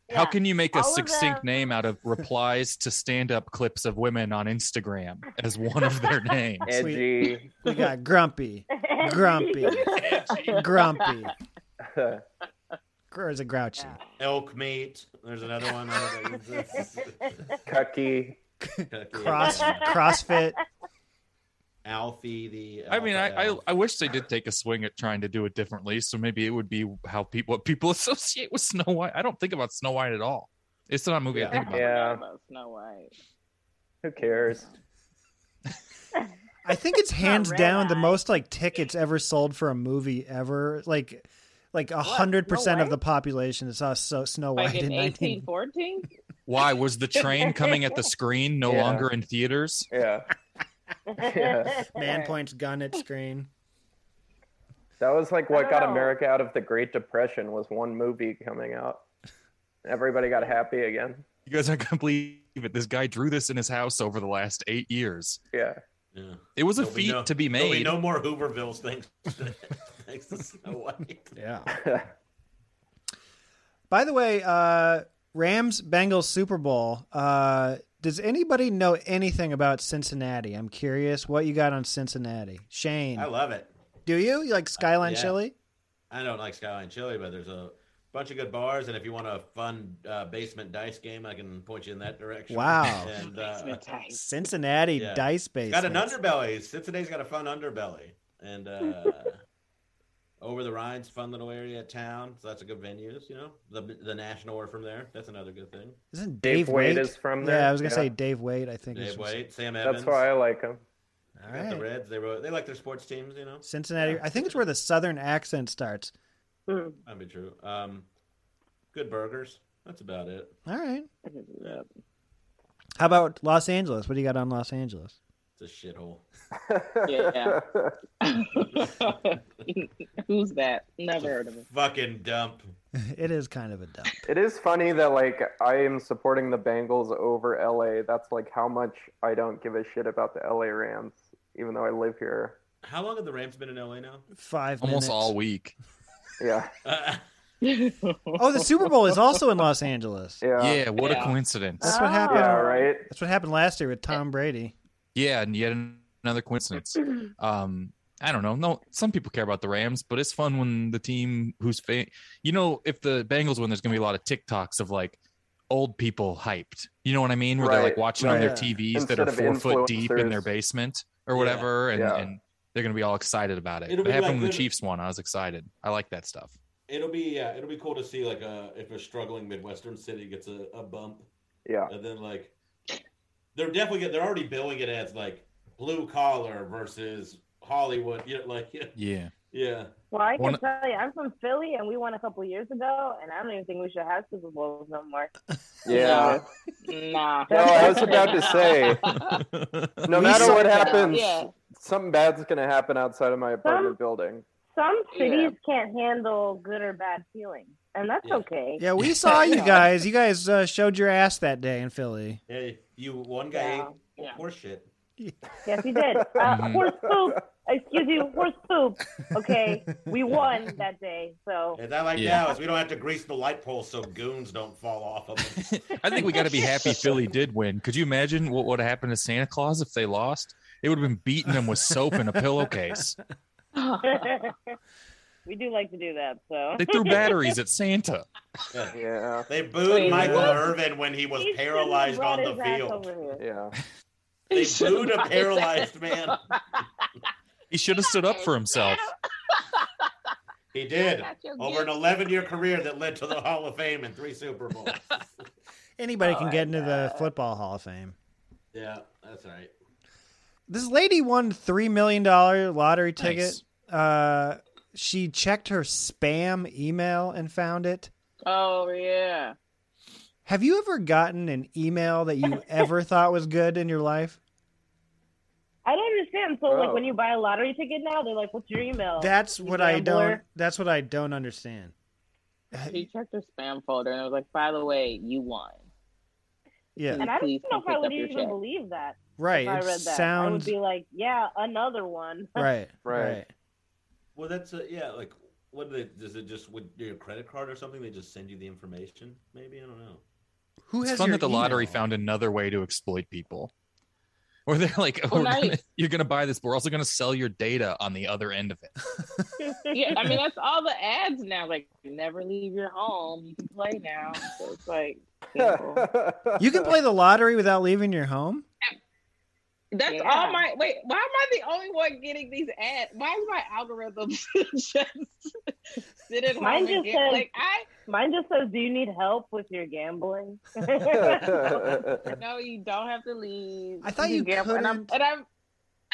How can you make a All of succinct name out of replies to stand up clips of women on Instagram as one of their names? Edgy. We got grumpy, grumpy, grumpy. Or is it grouchy? elk meat. There's another one. Cucky. Cross CrossFit. Alfie the. I mean, alpha I, I elf. I wish they did take a swing at trying to do it differently. So maybe it would be how people what people associate with Snow White. I don't think about Snow White at all. It's not a movie I think about. Yeah. About Snow White. Who cares? I think it's hands red down the most like tickets ever sold for a movie ever. Like, like a hundred percent of the population that saw so Snow White Like in in nineteen. 1814? Why was the train coming at the screen no Yeah. longer in theaters? Yeah. Yeah. Man points gun at screen. That was like what I got don't know. America out of the Great Depression was one movie coming out. Everybody got happy again. You guys aren't gonna believe it. This guy drew this in his house over the last eight years. Yeah. Yeah. It was a There'll be feat no- to be there'll made. no more Hoovervilles things. thanks to Snow White. Yeah. yeah. By the way, uh, Rams Bengals Super Bowl. Uh, does anybody know anything about Cincinnati? I'm curious what you got on Cincinnati. Shane, I love it. do you? You like Skyline Yeah. Chili? I don't like Skyline Chili, but there's a bunch of good bars, and if you want a fun uh, basement dice game, I can point you in that direction. Wow. And, uh, Cincinnati Yeah. Dice Base. it's got an underbelly. Cincinnati's got a fun underbelly, and uh, over the Rhine's fun little area of town. So that's a good venues. You know, the the National were from there. That's another good thing. Isn't Dave, Dave Wade Waite- is from Yeah, there? I was gonna say Yeah. Dave Wade. I think is Dave from- White, Sam Evans. That's why I like him. All They got The right. Reds, they wrote, they like their sports teams, you know. Cincinnati. I think it's where the Southern accent starts. Hmm. That'd be true. Um, good burgers. That's about it. All right. Yeah, How about Los Angeles? What do you got on Los Angeles? it's a shithole. Yeah. Who's that? Never heard of him. Fucking dump. it is kind of a dump. It is funny that like I am supporting the Bengals over LA. That's like how much I don't give a shit about the LA Rams, even though I live here. How long have the Rams been in LA now? Five Almost minutes. all week. Yeah. Oh, the Super Bowl is also in Los Angeles. Yeah. Yeah, what a Yeah. coincidence. That's what happened. Yeah, right? That's what happened last year with Tom Brady. Yeah, and yet an- another coincidence. Um, I don't know. No, some people care about the Rams, but it's fun when the team who's fa- you know, if the Bengals win, there's gonna be a lot of TikToks of like old people hyped. You know what I mean? Where they're Right, like watching on right. their TVs Instead that are of four foot deep in their influencers. basement or Yeah, whatever, and, yeah. and they're gonna be all excited about it. It'll It be happened like when the little- Chiefs won. I was excited. I like that stuff. It'll be yeah. It'll be cool to see like a if a struggling midwestern city gets a, a bump. Yeah. And then like they're definitely get- they're already billing it as like blue collar versus Hollywood. You know, like Yeah. yeah. Well, I can One- tell you, I'm from Philly, and we won a couple years ago, and I don't even think we should have Super Bowls no more. Yeah. Nah. No, I was about to say, no matter what happens, Yeah. something bad's going to happen outside of my apartment building. Some Yeah. cities can't handle good or bad feelings, and that's okay. Yeah, we saw you guys. You guys uh, showed your ass that day in Philly. Hey, you one guy ate horse shit. Yes, we did. Uh, Mhm. horse poop. Excuse you, horse poop. Okay, we won that day, so. And that like Yeah. now is we don't have to grease the light pole so goons don't fall off of them. I think we got to be happy Philly did win. Could you imagine what would have happened to Santa Claus if they lost? It would have been beating them with soap in a pillowcase. we do like to do that, so. They threw batteries at Santa. Yeah. They booed Yeah. Michael Irvin when he was He shouldn't have paralyzed brought on the his ass field. over here. Yeah. They shouldn't booed a have brought his paralyzed ass. man. He should have stood up for himself. He did That's your over an gift. 11 year career that led to the Hall of Fame and three Super Bowls. Anybody Oh, can get into the Football Hall of Fame. yeah, that's right. This lady won $3 million lottery ticket. Nice. Uh, she checked her spam email and found it. Uh. Oh yeah. Have you ever gotten an email that you ever thought was good in your life? I don't understand. So, like, Oh. when you buy a lottery ticket now, they're like, "What's your email?" That's Oh, You what I don't. gambler. That's what I don't understand. She checked her spam folder and I was like, by the way, you won. Yeah, And I don't Please know come if I pick would up your even check. believe that. Right, If I it read that, I would sounds- be like, "Yeah, another one." right, Right. right. Well, that's a, yeah, like, what do they, does it just with your credit card or something? They just send you the information, maybe? I don't know. Who it's has fun your that the lottery found another way to exploit people. Where they're like, oh, Well, we're nice. gonna, you're going to buy this, but we're also going to sell your data on the other end of it. yeah, I mean that's all the ads now. Like, never leave your home. You can play now. So it's like You can play the lottery without leaving your home. that's all my wait. Why am I the only one getting these ads? Why is my algorithm just sit at home Mine and just get says- like I? Mine just says, "Do you need help with your gambling?" no, you don't have to leave. I thought can you gamble. And I'm, couldn't-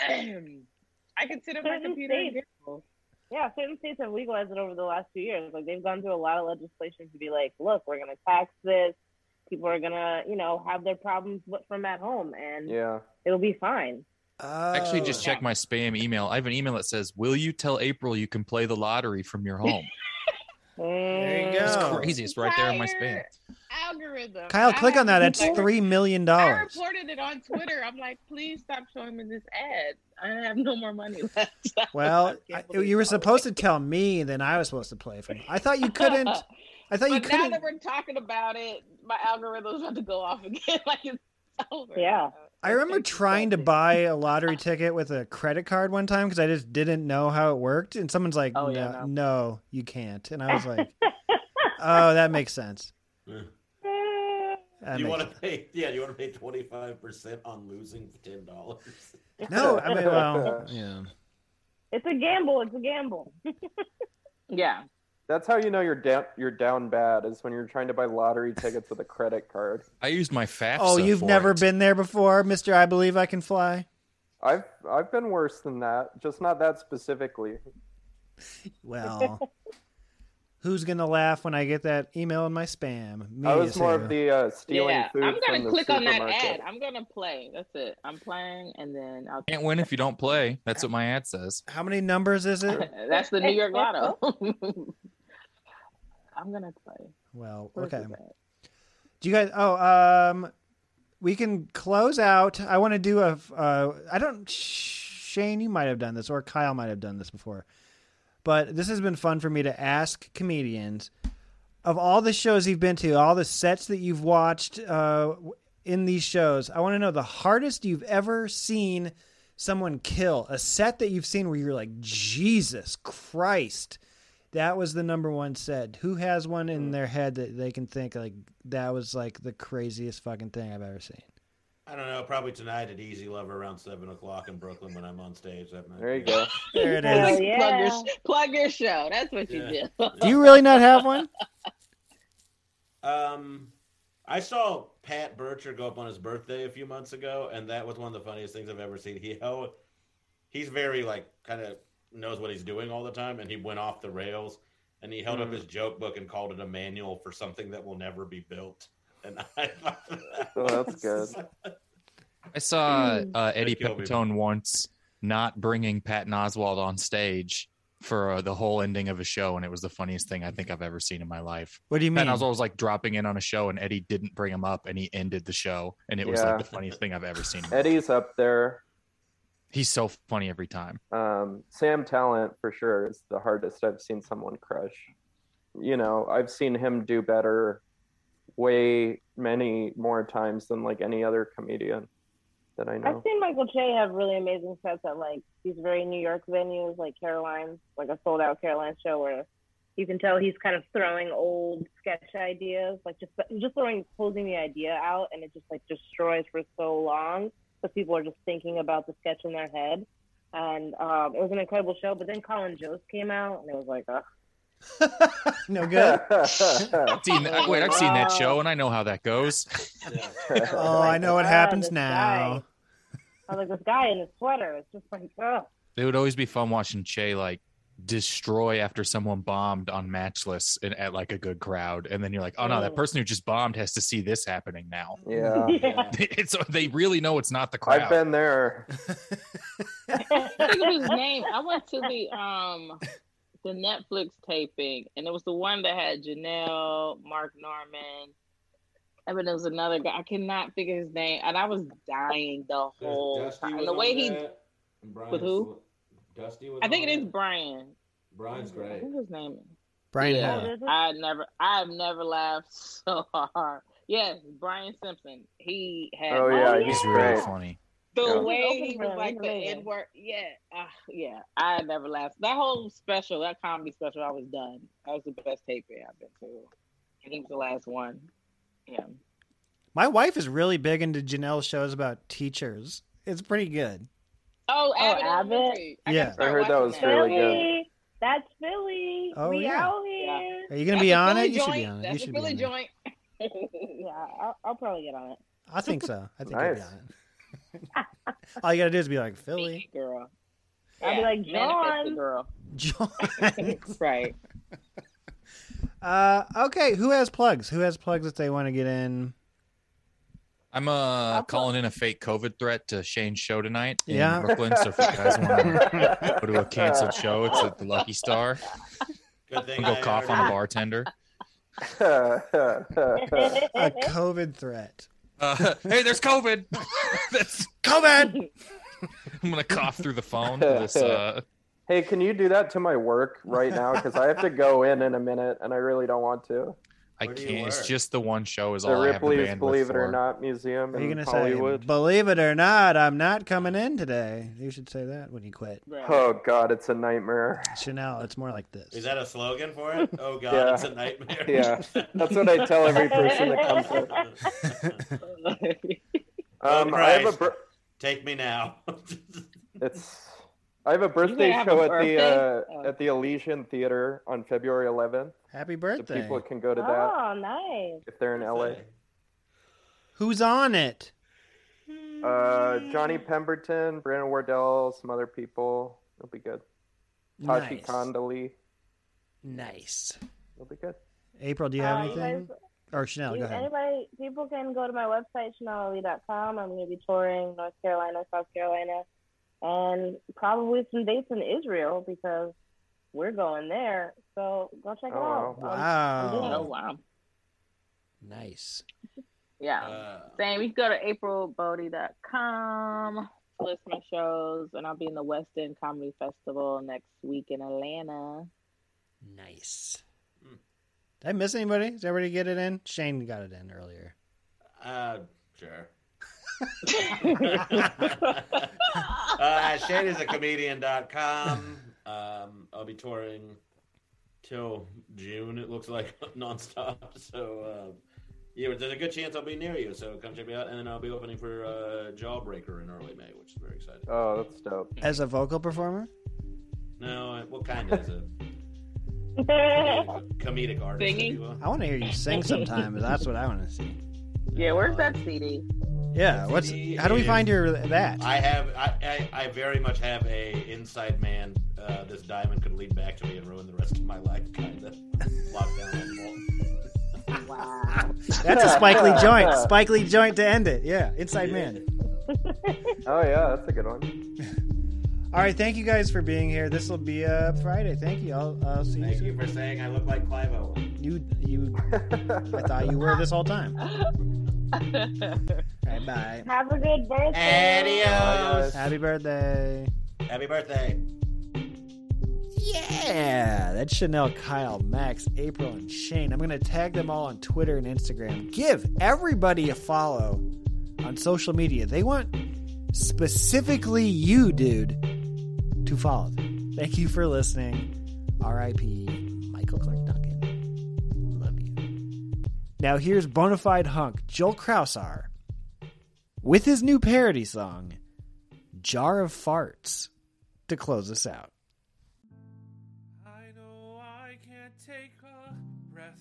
and I'm I consider my Certain computer states- invisible. Yeah, certain states have legalized it over the last few years. Like they've gone through a lot of legislation to be like, "Look, we're going to tax this. People are going to, you know, have their problems w- from at home, and Yeah. it'll be fine." Oh, Actually, just check my spam email. I have an email that says, Will you tell April you can play the lottery from your home? There you It's go. crazy. It's right there in my spam. Algorithm. Kyle, I click on that. have That's people- three million I dollars. reported it on Twitter. I'm like, please stop showing me this ad. I have no more money left. Well, I, you were supposed to tell me, and then I was supposed to play for you. I thought you couldn't. I thought but you now couldn't. that we're talking about it, my algorithm's about to go off again. Like it's over. Yeah. I remember trying to buy a lottery ticket with a credit card one time because I just didn't know how it worked, and someone's like, no, no. you can't," and I was like, "Oh, that makes sense." That you makes want to sense. pay, yeah, you want to pay 25% on losing $10. No, I mean, well, yeah. It's a gamble. It's a gamble. yeah. That's how you know you're down. You're down bad is when you're trying to buy lottery tickets with a credit card. I used my FAFSA. Oh, you've for never it. been there before, Mister. I believe I can fly. I've I've been worse than that, just not that specifically. Well, Who's gonna laugh when I get that email in my spam? Me, I was more of Sarah. the uh, stealing Yeah, food I'm from gonna the click on that supermarket. ad. I'm gonna play. That's it. I'm playing, and then I'll. Can't win if you don't play. That's what my ad says. How many numbers is it? That's the New York Lotto. I'm gonna play. Well, Where's okay. his Do you guys? Oh, um, we can close out. I want to do a. Uh, I don't. Shane, you might have done this, or Kyle might have done this before, but this has been fun for me to ask comedians of all the shows you've been to, all the sets that you've watched uh, in these shows. I want to know the hardest you've ever seen someone kill a set that you've seen where you're like, Jesus Christ. That was the number one set. Who has one in their head that they can think like that was like the craziest fucking thing I've ever seen? I don't know. Probably tonight at Easy Lover around seven o'clock in Brooklyn when I'm on stage. That might There you be- go. There it Plug is. your- Plug your sh- plug your show. That's what you do. Do you really not have one? Um, I saw Pat Bircher go up on his birthday a few months ago, and that was one of the funniest things I've ever seen. He how he's very like kind of knows what he's doing all the time, and he went off the rails. And he held up Mm. his joke book and called it a manual for something that will never be built. And I thought that Oh, that's was- I saw Mm. uh, Eddie They killed me. Pepitone once not bringing Patton Oswald on stage for uh, the whole ending of a show, and it was the funniest thing I think I've ever seen in my life. What do you Patton mean? Oswald was like dropping in on a show, and Eddie didn't bring him up, and he ended the show, and it was Yeah. like the funniest thing I've ever seen. Eddie's up there. He's so funny every time. Um, Sam Talent for sure is the hardest I've seen someone crush. You know, I've seen him do better way many more times than like any other comedian that I know. I've seen Michael Che have really amazing sets at like these very New York venues, like Caroline's, like a sold out Caroline show where you can tell he's kind of throwing old sketch ideas, like just just throwing closing the idea out, and it just like destroys for so long because people are just thinking about the sketch in their head. And um, it was an incredible show, but then Colin Jost came out, and it was like, ugh. No good. I've seen that- wait, I've seen that show, and I know how that goes. Oh, I know what Ah, happens this now. guy. I was like, this guy in his sweater. It's just like, ugh. It would always be fun watching Che like destroy after someone bombed on Matchless and at like a good crowd, and then you're like, oh no, Mm. that person who just bombed has to see this happening now. Yeah. Yeah. so they really know it's not the crowd. I've been there. I think of his name. I went to the um the Netflix taping, and it was the one that had Janelle, Mark Norman. I mean, there was another guy. I cannot figure his name, and I was dying the whole Dusty time. was And the way on he, that, and Brian with who? Sl- Dusty was I think on it is that. Brian. Brian's great. Who his name? is? Brian Yeah. Oh, Hill. I never, I have never laughed so hard. Yes, Brian Simpson. He had. Oh yeah, He's he's really great. funny. The Yeah. way Open he for was him, like the amazing. N word, yeah, uh, yeah. I never laughed. That whole special, that comedy special, I was done. That was the best taping I've been to. I think it was the last one. Yeah. My wife is really big into Janelle shows about teachers. It's pretty good. Oh, Abbott. Abbott? Elementary. I Yeah. gotta start I heard that watching was really Philly, good. that's Philly. Oh, we yeah. out here. Are you gonna That's be a on Philly it? You should be joint. on it. You That's a should be on Philly it. joint. Yeah, I'll, I'll probably get on it. I think so. I think you'll be Nice. on it. All you gotta do is be like Philly, girl. I'll be Yeah, like, manifest John. it, girl. John. right. Uh, okay, who has plugs? Who has plugs that they want to get in? I'm uh calling in a fake COVID threat to Shane's show tonight in Yeah. Brooklyn. So if you guys want to go to a canceled show, it's at the Lucky Star. Good I'm thing gonna I go cough on already- a bartender. A COVID threat. Uh, hey, there's COVID. That's COVID. I'm gonna cough through the phone. To this uh, Hey, can you do that to my work right now? Because I have to go in in a minute, and I really don't want to. I Where do you can't. It's work? just the one show is The all I Ripley's have the Believe bandwidth It for. or Not Museum Are you in gonna Hollywood. say, believe it or not, I'm not coming in today? You should say that when you quit. right. Oh God, it's a nightmare. Chanel, it's more like this. Is that a slogan for it? Oh God, Yeah. it's a nightmare. Yeah, that's what I tell every person that comes in. Um, I have a Christ. bir- Take me now. it's I have a birthday have a show at the uh, birthday? Oh. at the Elysian Theater on February 11th. Happy So birthday. people can go to Ah. that Oh, nice. if they're in LA. Who's on it? Uh, Johnny Pemberton, Brandon Wardell, some other people. It'll be good. Tashi Nice. Kondali. Nice. It'll be good. April, do you have Uh, you anything? guys- Or Chanel, You- go ahead. Anybody, people can go to my website, chanelali.com. I'm going to be touring North Carolina, South Carolina, and probably some dates in Israel because we're going there. So go check it Oh, out. wow. I'm- I'm doing Wow. it. wow. Nice. Yeah. Same. You can go to aprilbody.com to list my shows, and I'll be in the West End Comedy Festival next week in Atlanta. Nice. Did I miss anybody? Did everybody get it in? Shane got it in earlier. Uh, sure. uh, Shane is a comedian.com. Um, I'll be touring till June, it looks like, nonstop. So, um, yeah, but there's a good chance I'll be near you. So come check me out. And then I'll be opening for uh, Jawbreaker in early May, which is very exciting. Oh, that's dope. As a vocal performer? No, I- well, kind of as a comedic artist. if Singing? you will. I want to hear you sing sometime. That's what I want to see. Yeah, where's that CD? Yeah. What's? How do we is- find your that? I have. I, I, I very much have a inside man. Uh, this diamond could lead back to me and ruin the rest of my life. Kind of locked down. on vault. That's a Spike Lee joint. Spike Lee joint to end it. Yeah. Inside Yeah. man. Oh yeah, that's a good one. All right. Thank you guys for being here. This will be uh, Friday. Thank you. I'll, I'll see you Thank soon. you for saying I look like Clive Owen. You you. I thought you were this whole time. All right. Bye. Have a good birthday. Adios. Happy birthday. Happy birthday. Yeah, that's Chanel, Kyle, Max, April, and Shane. I'm going to tag them all on Twitter and Instagram. Give everybody a follow on social media. They want specifically you, dude, to follow them. Thank you for listening. RIP, Michael Clark Duncan. Love you. Now, here's Bonafide Hunk, Joel Krausar, with his new parody song, Jar of Farts, to close us out. I know I can't take a breath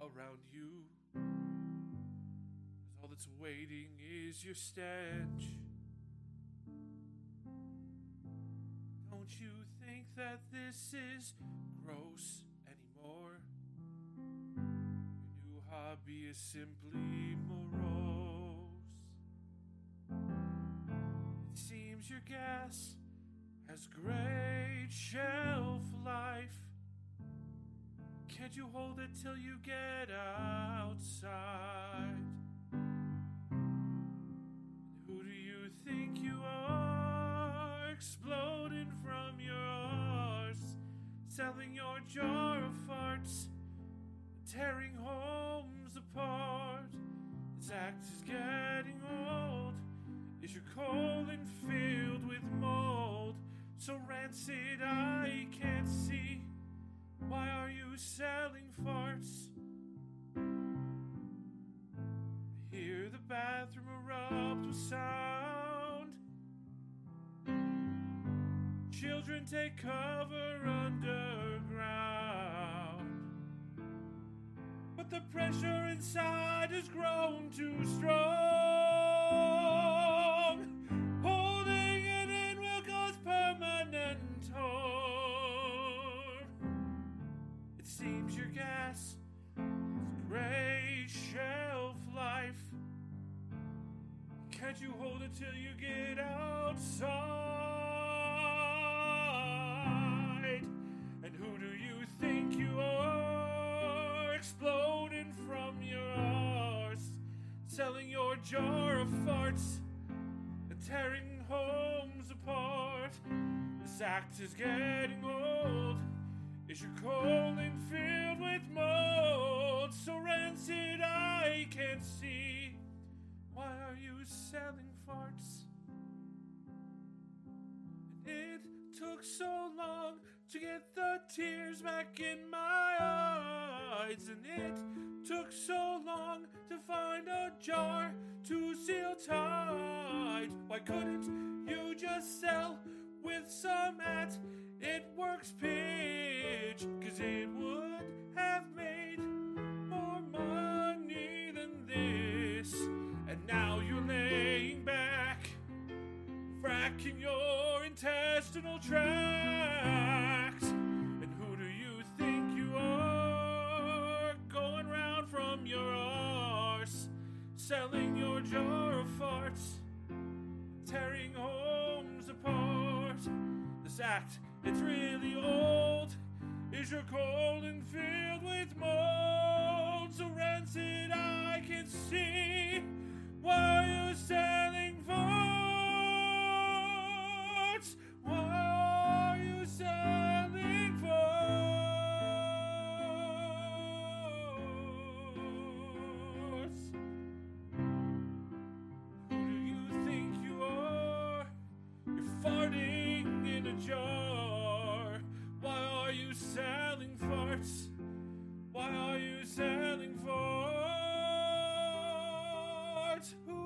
around you. 'Cause all that's waiting is your stench. Don't you think that this is gross anymore? Your new hobby is simply morose. It seems your gas has great shelf life. Can't you hold it till you get outside? Who do you think you are? Exploding from yours, selling your jar of farts, tearing homes apart. This act is getting old. Is your colon filled with mold? So rancid I can't see. Why are you selling farts? I hear the bathroom erupt with sound. Children take cover underground. But the pressure inside has grown too strong. Holding it in will cause permanent harm. It seems your gas has great shelf life. Can't you hold it till you get outside? And who do you think you are? Exploding from your arse, selling your jar of farts, and tearing homes apart. This act is getting old. Is your colon filled with mold? So rancid I can't see. Why are you selling farts? It took so long to get the tears back in my eyes, and it took so long to find a jar to seal tight. Why couldn't you just sell with some at it works pitch? Cause it would have made more money than this, and now you're laying back fracking your intestinal tract. And who do you think you are? selling your jar of farts, tearing homes apart. This act, it's really old, is your colon filled with mold? So rancid, I can see why you're selling farts. Why are you selling farts? you think you are? You're farting in a jar. Why are you selling farts? Why are you selling farts? Who